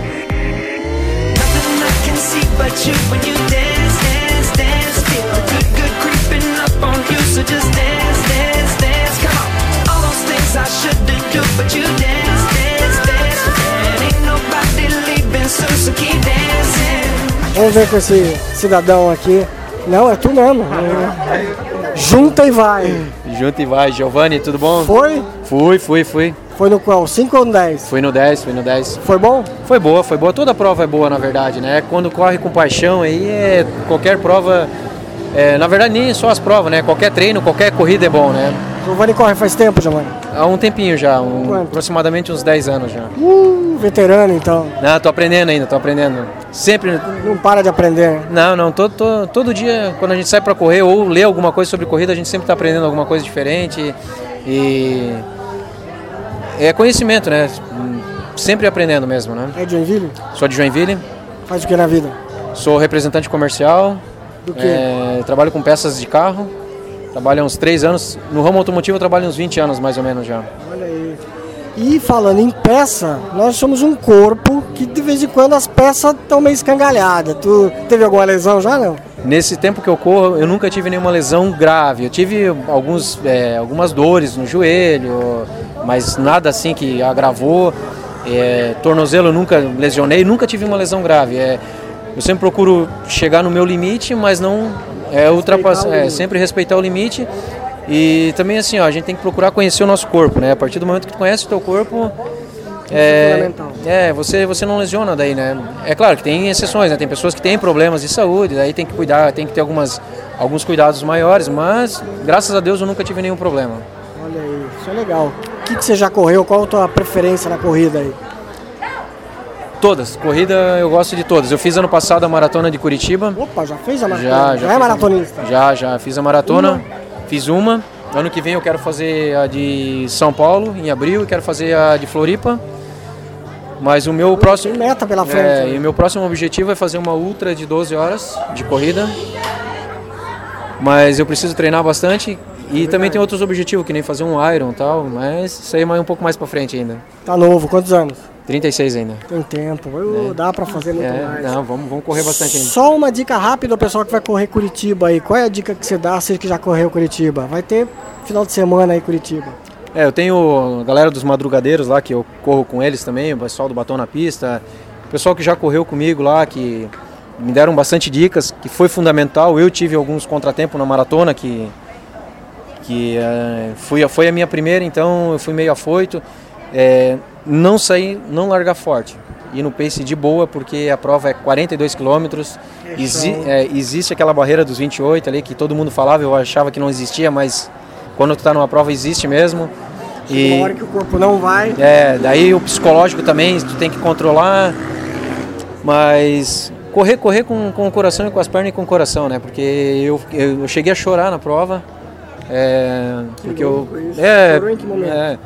Speaker 1: I can see but you when you dance, dance, dance. Feel the good, good creeping up on you. So just dance, dance, dance. Come on. All those things I shouldn't do, but you dance, dance, dance. And ain't nobody leaving soon, so keep dancing.
Speaker 2: Vamos ver com esse cidadão aqui. Não, é tu mesmo. É. Junta e vai.
Speaker 24: Junto e vai, Giovanni, tudo bom?
Speaker 2: Foi?
Speaker 24: Fui, fui, fui.
Speaker 2: Foi no qual? 5 ou no 10?
Speaker 24: Fui no 10, fui no 10.
Speaker 2: Foi bom?
Speaker 24: Foi boa, foi boa. Toda prova é boa, na verdade, né? Quando corre com paixão aí, é qualquer prova. é, na verdade, nem só as provas, né? Qualquer treino, qualquer corrida é bom, né?
Speaker 2: Giovanni corre faz tempo, Giovanni.
Speaker 24: Há um tempinho já, um-
Speaker 2: Quanto?
Speaker 24: aproximadamente uns 10 anos já.
Speaker 2: Uh, veterano então.
Speaker 24: Não, tô aprendendo ainda, tô aprendendo. Sempre.
Speaker 2: Não para de aprender.
Speaker 24: Não, não, todo, todo, todo dia, quando a gente sai pra correr ou lê alguma coisa sobre corrida, a gente sempre tá aprendendo alguma coisa diferente. E. É conhecimento, né? Sempre aprendendo mesmo, né?
Speaker 2: É de Joinville?
Speaker 24: Sou de Joinville,
Speaker 2: Faz o que na vida?
Speaker 24: sou representante comercial.
Speaker 2: Do quê?
Speaker 24: é, trabalho com peças de carro. Trabalho há uns 3 anos. No ramo automotivo, eu trabalho há uns 20 anos mais ou menos já.
Speaker 2: Olha aí. E falando em peça, nós somos um corpo que de vez em quando as peças estão meio escangalhadas. Tu teve alguma lesão já, não?
Speaker 24: Nesse tempo que eu corro, eu nunca tive nenhuma lesão grave. Eu tive alguns, é, algumas dores no joelho, mas nada assim que agravou. É, tornozelo eu nunca lesionei, nunca tive uma lesão grave. É, eu sempre procuro chegar no meu limite, mas não é, ultrapassar, é, sempre respeitar o limite. E também assim, ó, a gente tem que procurar conhecer o nosso corpo, né? A partir do momento que tu conhece o teu corpo, é, é, você, você não lesiona daí, né? É claro que tem exceções, né? Tem pessoas que têm problemas de saúde, daí tem que cuidar, tem que ter algumas, alguns cuidados maiores, mas graças a Deus eu nunca tive nenhum problema.
Speaker 2: Olha aí, isso é legal. O que, que você já correu? Qual a tua preferência na corrida aí?
Speaker 24: Todas, corrida eu gosto de todas. Eu fiz ano passado a maratona de Curitiba.
Speaker 2: Opa, já fez a maratona?
Speaker 24: Já, já.
Speaker 2: é
Speaker 24: fiz-
Speaker 2: maratonista?
Speaker 24: Já, já. Fiz a maratona, fiz uma. Ano que vem eu quero fazer a de São Paulo, em abril, e quero fazer a de Floripa. Mas o meu próximo.
Speaker 2: meta pela frente,
Speaker 24: É,
Speaker 2: né?
Speaker 24: e o meu próximo objetivo é fazer uma ultra de 12 horas de corrida. Mas eu preciso treinar bastante.
Speaker 2: É
Speaker 24: E também tem outros objetivos, que nem fazer um Iron e tal, mas isso aí é mais- um pouco mais pra frente ainda.
Speaker 2: Tá novo, quantos anos?
Speaker 24: 36 é ainda.
Speaker 2: Tem tempo, eu- dá pra fazer muito
Speaker 24: É,
Speaker 2: mais.
Speaker 24: não, vamos, vamos correr bastante ainda.
Speaker 2: Só uma dica rápida ao pessoal que vai correr Curitiba aí. Qual é a dica que você dá, você que já correu Curitiba? Vai ter final de semana aí Curitiba.
Speaker 24: É, eu tenho a galera dos madrugadeiros lá que eu corro com eles também, o pessoal do Batom na Pista, o pessoal que já correu comigo lá, que me deram bastante dicas, que foi fundamental. Eu tive alguns contratempos na maratona é, que, que eh, fui, a- foi a minha primeira, então eu fui meio afoito. é, não sair, não largar forte. Ir no pace de boa, porque a prova é 42 quilômetros. Exi-
Speaker 14: show.
Speaker 24: é, existe aquela barreira dos 28 ali que todo mundo falava, eu achava que não existia, mas quando tu tá numa prova existe mesmo.
Speaker 2: Chega uma hora que o corpo não vai.
Speaker 24: É, daí o psicológico também, tu tem que controlar. Mas correr, correr com, com o coração e com as pernas e com o coração, né? Porque eu, eu, eu cheguei a chorar na prova. É, porque eu.
Speaker 2: louco isso.
Speaker 24: É,
Speaker 2: Chorou em que momento?
Speaker 24: é.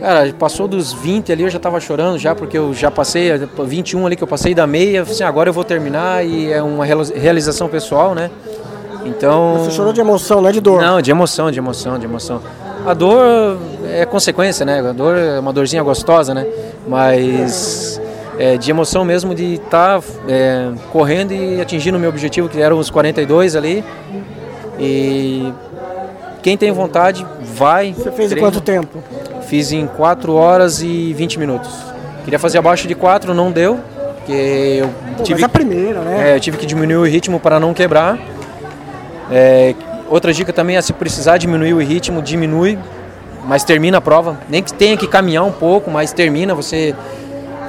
Speaker 24: cara, passou dos 20 ali, eu já tava chorando já, porque eu já passei, 21 ali que eu passei da meia, eu falei assim, agora eu vou terminar e é uma reala- realização pessoal, né? Então.
Speaker 2: Você chorou de emoção, não é de dor.
Speaker 24: Não, de emoção, de emoção, de emoção. A dor é consequência, né? A dor é uma dorzinha gostosa, né? Mas é de emoção mesmo de estar correndo e atingindo o meu objetivo, que eram os 42 ali. E quem tem vontade, vai. Você
Speaker 2: Fez em quanto tempo?
Speaker 24: Fiz em 4 horas e 20 minutos. Queria fazer abaixo de 4, não deu. Porque eu
Speaker 2: Pô,
Speaker 24: tive
Speaker 2: Mas a primeira, né?
Speaker 24: é, eu tive que diminuir o ritmo para não quebrar. É, outra dica também é se precisar diminuir o ritmo, diminui, mas termina a prova. Nem que tenha que caminhar um pouco, mas termina. Você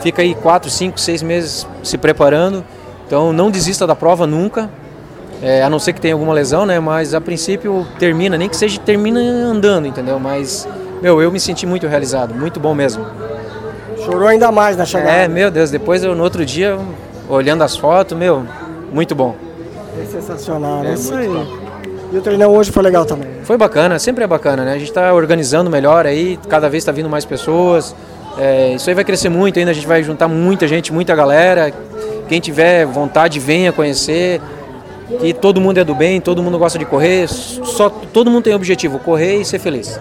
Speaker 24: fica aí 4, 5, 6 meses se preparando. Então não desista da prova nunca. É, a não ser que tenha alguma lesão, né? Mas a princípio termina, nem que seja termina andando, entendeu? Mas, meu, eu me senti muito realizado, muito bom mesmo.
Speaker 2: Chorou ainda mais na chegada.
Speaker 24: É, meu Deus, depois eu no outro dia, olhando as fotos, meu, muito bom.
Speaker 2: É sensacional, né?
Speaker 24: É
Speaker 2: Isso
Speaker 24: muito
Speaker 2: aí. E o treinão hoje foi legal também.
Speaker 24: Foi bacana, sempre é bacana, né? A gente está organizando melhor aí, cada vez está vindo mais pessoas. É, isso aí vai crescer muito ainda, a gente vai juntar muita gente, muita galera. Quem tiver vontade, venha conhecer. Que todo mundo é do bem, todo mundo gosta de correr, só todo mundo tem objetivo, correr e ser feliz.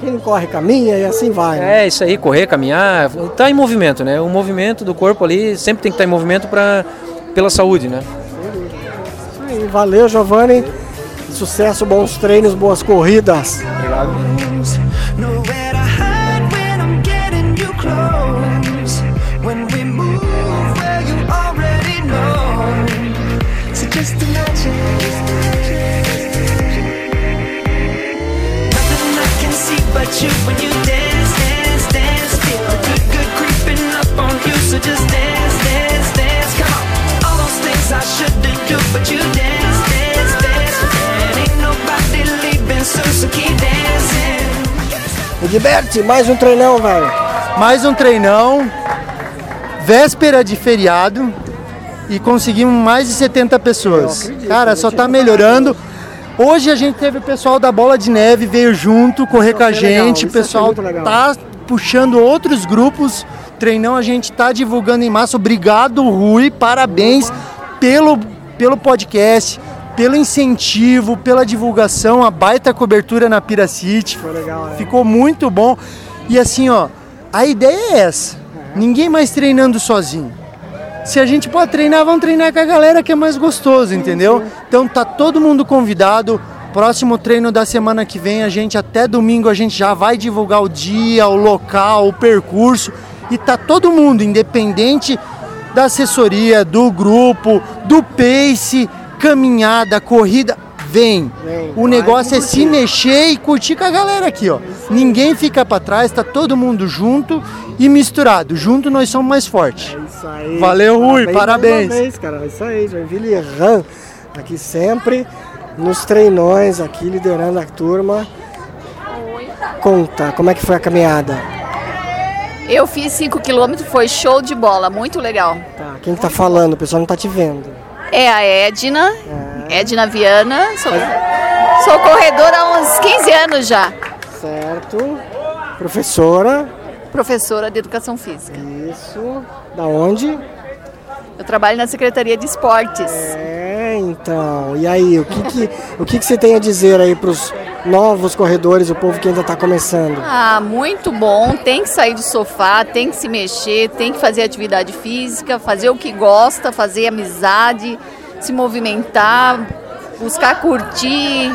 Speaker 2: Quem corre caminha e assim vai. né?
Speaker 24: É isso aí, correr, caminhar, tá em movimento, né? O movimento do corpo ali sempre tem que estar em movimento para pela saúde, né?
Speaker 2: Isso aí. Valeu, Giovanni. Sucesso, bons treinos, boas corridas.
Speaker 1: Nowhere to hide when I'm getting you close. When we move where you already know. So just imagine. Nothing I can see but you when you dance, dance, dance. Feel the good, good creeping up on you. So just dance, dance, dance. Come on. All those things I shouldn't do, but you dance, dance, dance. And ain't nobody leaving soon, so keep dancing.
Speaker 2: Edbert, mais um treinão, velho.
Speaker 17: Mais um treinão, véspera de feriado e conseguimos mais de 70 pessoas. Cara, só tá melhorando. Hoje a gente teve o pessoal da Bola de Neve, veio junto correr com a
Speaker 2: achei legal,
Speaker 17: gente. O
Speaker 2: isso eu achei
Speaker 17: pessoal
Speaker 2: muito legal.
Speaker 17: tá puxando outros grupos. Treinão a gente tá divulgando em massa. Obrigado, Rui. Parabéns pelo, pelo podcast, pelo incentivo, pela divulgação, a baita cobertura na Pira City.
Speaker 2: né?
Speaker 17: Ficou muito bom. E assim, ó, a ideia é essa. Ninguém mais treinando sozinho. Se a gente pode treinar, vamos treinar com a galera que é mais gostoso, entendeu? Então tá todo mundo convidado. Próximo treino da semana que vem, a gente até domingo a gente já vai divulgar o dia, o local, o percurso e tá todo mundo independente da assessoria, do grupo, do pace, caminhada, corrida, vem. O negócio é se mexer e curtir com a galera aqui, ó. Ninguém fica pra trás, tá todo mundo junto e misturado. Junto nós somos mais fortes.
Speaker 2: É Isso aí.
Speaker 17: Valeu, Rui,
Speaker 2: mais
Speaker 17: parabéns.
Speaker 2: uma vez, cara. É Isso aí, Joinville e Ram aqui sempre nos treinões, aqui liderando a turma. Conta, como é que foi a caminhada?
Speaker 25: Eu fiz 5 km, foi show de bola, muito legal.
Speaker 2: Tá, Quem que tá falando? O pessoal não tá te vendo.
Speaker 25: É a Edna,
Speaker 12: É.
Speaker 25: Edna Viana, sou, sou corredora há uns 15 anos já,
Speaker 2: Certo. Professora,
Speaker 25: professora de educação física.
Speaker 2: Isso. da onde?
Speaker 25: Eu trabalho na Secretaria de Esportes.
Speaker 2: É, então. E aí, o que que, o que, que você tem a dizer aí pros novos corredores, o povo que ainda tá começando?
Speaker 25: Ah, muito bom. Tem que sair do sofá, tem que se mexer, tem que fazer atividade física, fazer o que gosta, fazer amizade, se movimentar, buscar curtir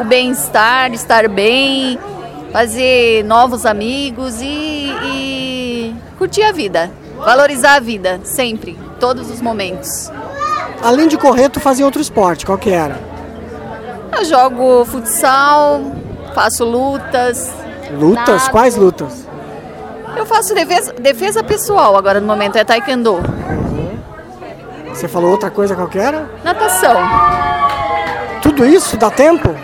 Speaker 25: o bem-estar, estar bem, fazer novos amigos e, e curtir a vida. Valorizar a vida, sempre, todos os momentos.
Speaker 2: Além de correr, tu fazia outro esporte, qual que era?
Speaker 25: Eu jogo futsal, faço lutas.
Speaker 2: Lutas?
Speaker 25: nado.
Speaker 2: Quais lutas?
Speaker 25: Eu faço defesa, defesa pessoal agora no momento, é taekwondo.
Speaker 2: Você falou outra coisa qualquer?
Speaker 25: Natação.
Speaker 2: Tudo isso dá tempo?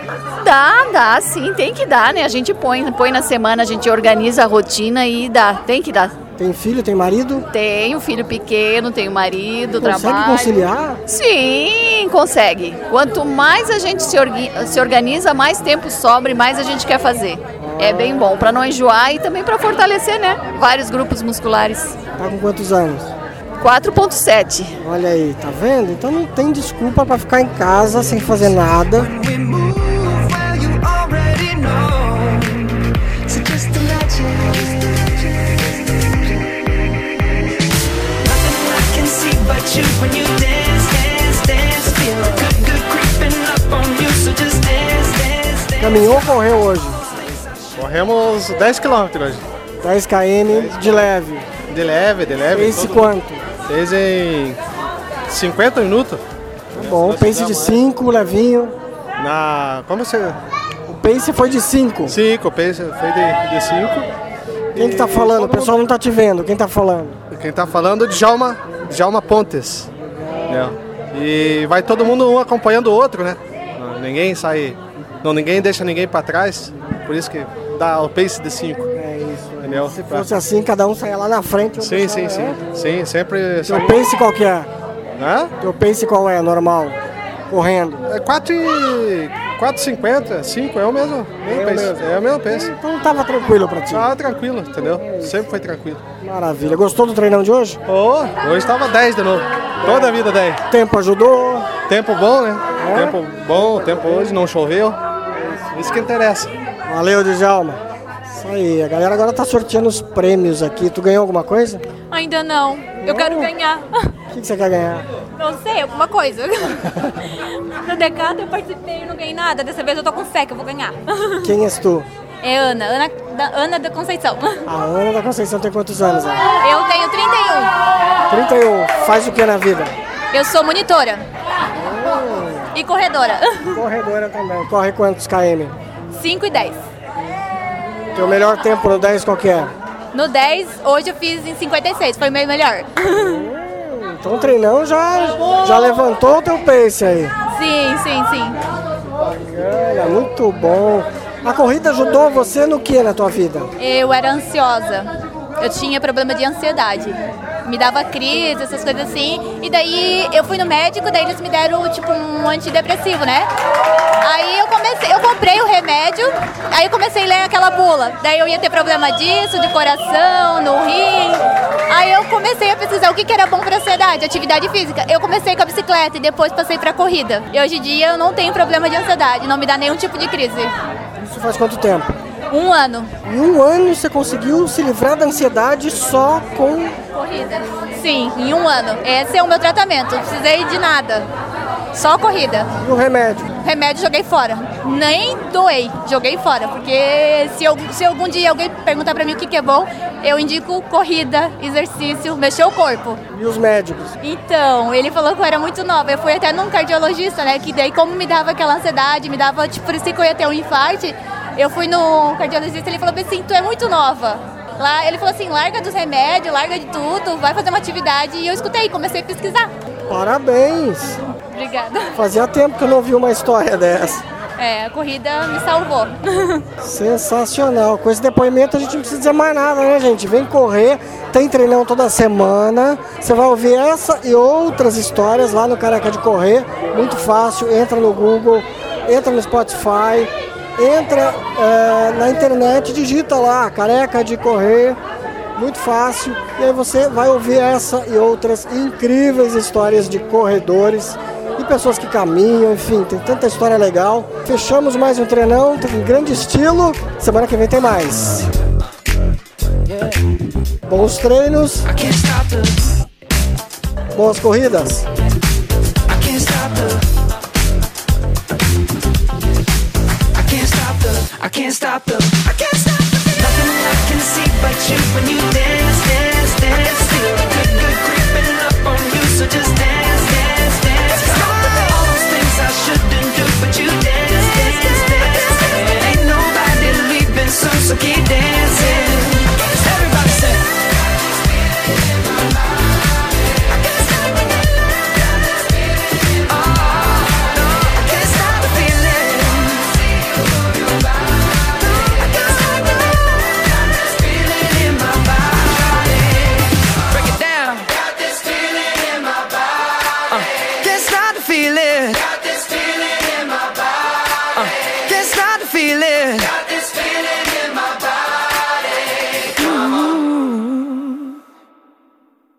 Speaker 25: Dá, dá, sim, tem que dar, né? A gente põe, põe na semana, a gente organiza a rotina e dá, tem que dar.
Speaker 2: Tem filho, tem marido?
Speaker 25: Tenho filho pequeno, tenho marido,
Speaker 2: Consegue
Speaker 25: trabalho.
Speaker 2: conciliar?
Speaker 25: Sim, consegue. Quanto mais a gente se, orgui- se organiza, mais tempo sobra e mais a gente quer fazer. É bem bom, para não enjoar e também para fortalecer, né? Vários grupos musculares.
Speaker 2: Tá com quantos anos?
Speaker 25: 4.7.
Speaker 2: Olha aí, tá vendo? Então não tem desculpa pra ficar em casa sem fazer nada.
Speaker 1: So just imagine. Nothing I can see but you when you dance, dance, dance. Feel the good, good creeping up on you. So just dance, dance, dance.
Speaker 2: Caminhou ou correu hoje?
Speaker 26: Corremos 10 km hoje.
Speaker 2: 10 km de leve.
Speaker 26: De leve, de leve.
Speaker 2: Fez
Speaker 26: todo-
Speaker 2: quanto?
Speaker 26: Fez em 50 minutos.
Speaker 2: Tá bom, pace de 5, levinho.
Speaker 26: Na. Como você.
Speaker 2: O pace foi de 5.
Speaker 26: 5, pace foi de 5.
Speaker 2: Quem que tá falando? O pessoal não tá te vendo. Quem tá falando?
Speaker 26: Quem tá falando é o Djalma, Djalma Pontes. Né? E vai todo mundo um acompanhando o outro, né? Não, Ninguém sai. Não, ninguém deixa ninguém pra trás. Por isso que dá o pace de 5. É
Speaker 2: isso.
Speaker 26: Entendeu?
Speaker 2: Se fosse assim, cada um saia lá na frente.
Speaker 26: Sim, sim, sim. Sim, sempre.
Speaker 2: Teu pace qual é. que é?
Speaker 26: Hã?
Speaker 2: Teu pace qual é, normal? Correndo.
Speaker 26: É 4 e... 4,50, 5, é o mesmo, mesmo
Speaker 2: É o
Speaker 26: pace.
Speaker 2: mesmo.
Speaker 26: É o mesmo pace.
Speaker 2: Então tava tranquilo pra ti. É
Speaker 26: Tava tranquilo, entendeu? Sempre foi tranquilo.
Speaker 2: Maravilha. Gostou do treinão de hoje?
Speaker 26: Oh, hoje tava 10 de novo. Toda a vida 10.
Speaker 2: Tempo ajudou? É?
Speaker 26: Tempo bom, né? Tempo bom, tempo hoje, não choveu. Isso que interessa.
Speaker 2: Valeu, Djalma. Isso aí, a galera agora tá sorteando os prêmios aqui. Tu ganhou alguma coisa?
Speaker 20: Ainda não. Eu quero ganhar.
Speaker 2: O que, que você quer ganhar?
Speaker 20: Não sei, alguma coisa. No Decato eu participei e não ganhei nada. Dessa vez eu tô com fé que eu vou ganhar.
Speaker 2: Quem és tu?
Speaker 20: É Ana, Ana da, Ana da Conceição.
Speaker 2: A Ana da Conceição tem quantos anos? né? Ana?
Speaker 20: Eu tenho
Speaker 2: 31.
Speaker 20: 31.
Speaker 2: Faz o que na vida?
Speaker 20: Eu sou monitora.
Speaker 2: Ah.
Speaker 20: E corredora.
Speaker 2: Corredora também. Corre quantos km?
Speaker 20: 5 e 10.
Speaker 2: Teu melhor tempo no 10 qual que é?
Speaker 20: No 10, hoje eu fiz em 56, foi meio melhor.
Speaker 2: Então o treinão já, já levantou o teu pace aí.
Speaker 20: Sim, sim, sim.
Speaker 2: Olha, muito bom. A corrida ajudou você no que na tua vida?
Speaker 20: Eu era ansiosa. Eu tinha problema de ansiedade. Me dava crise, essas coisas assim. E daí eu fui no médico, daí eles me deram tipo um antidepressivo, né? Aí eu comecei, eu comprei o remédio, aí eu comecei a ler aquela bula. Daí eu ia ter problema disso, de coração, no rim. Aí eu comecei a pesquisar o que, que era bom pra ansiedade, atividade física. Eu comecei com a bicicleta e depois passei pra corrida. E hoje em dia eu não tenho problema de ansiedade, não me dá nenhum tipo de crise.
Speaker 2: Isso faz quanto tempo?
Speaker 20: Um ano.
Speaker 2: Em um ano você conseguiu se livrar da ansiedade só com.
Speaker 20: Corrida. Sim, em um ano. Esse é o meu tratamento. Não precisei de nada. Só corrida.
Speaker 2: E o remédio?
Speaker 20: Remédio joguei fora. Nem doei, joguei fora. Porque se, eu, se algum dia alguém perguntar pra mim o que, que é bom, eu indico corrida, exercício, mexer o corpo.
Speaker 2: E os médicos?
Speaker 20: Então, ele falou que eu era muito nova. Eu fui até num cardiologista, né? Que daí, como me dava aquela ansiedade, me dava, tipo, parecia que eu ia ter um infarto. Eu fui no cardiologista ele falou pra mim assim: tu é muito nova. Lá, ele falou assim: larga dos remédios, larga de tudo, vai fazer uma atividade. E eu escutei, comecei a pesquisar.
Speaker 2: Parabéns!
Speaker 20: Obrigada.
Speaker 2: Fazia tempo que eu não ouvi uma história dessa.
Speaker 20: É, a corrida me salvou.
Speaker 2: Sensacional. Com esse depoimento a gente não precisa dizer mais nada, né, gente? Vem correr, tem treinão toda semana. Você vai ouvir essa e outras histórias lá no Careca de Correr. Muito fácil, entra no Google, entra no Spotify, entra eh, na internet, digita lá, Careca de Correr. Muito fácil. E aí você vai ouvir essa e outras incríveis histórias de corredores e pessoas que caminham, enfim, tem tanta história legal. Fechamos mais um treinão, tá em grande estilo. Semana que vem tem mais. Bons treinos. Boas corridas.
Speaker 1: I can't stop the I can't stop the I can't stop the I can't stop the Nothing I can see but you when you dance, dance, dance. Feel the good, good creeping up on you, so just dance, dance, dance. Stop all those things I shouldn't do, but you dance, dance, dance. Ain't nobody leaving soon, so keep dancing. Everybody say. Uh,
Speaker 22: feel it.
Speaker 1: Mm-hmm.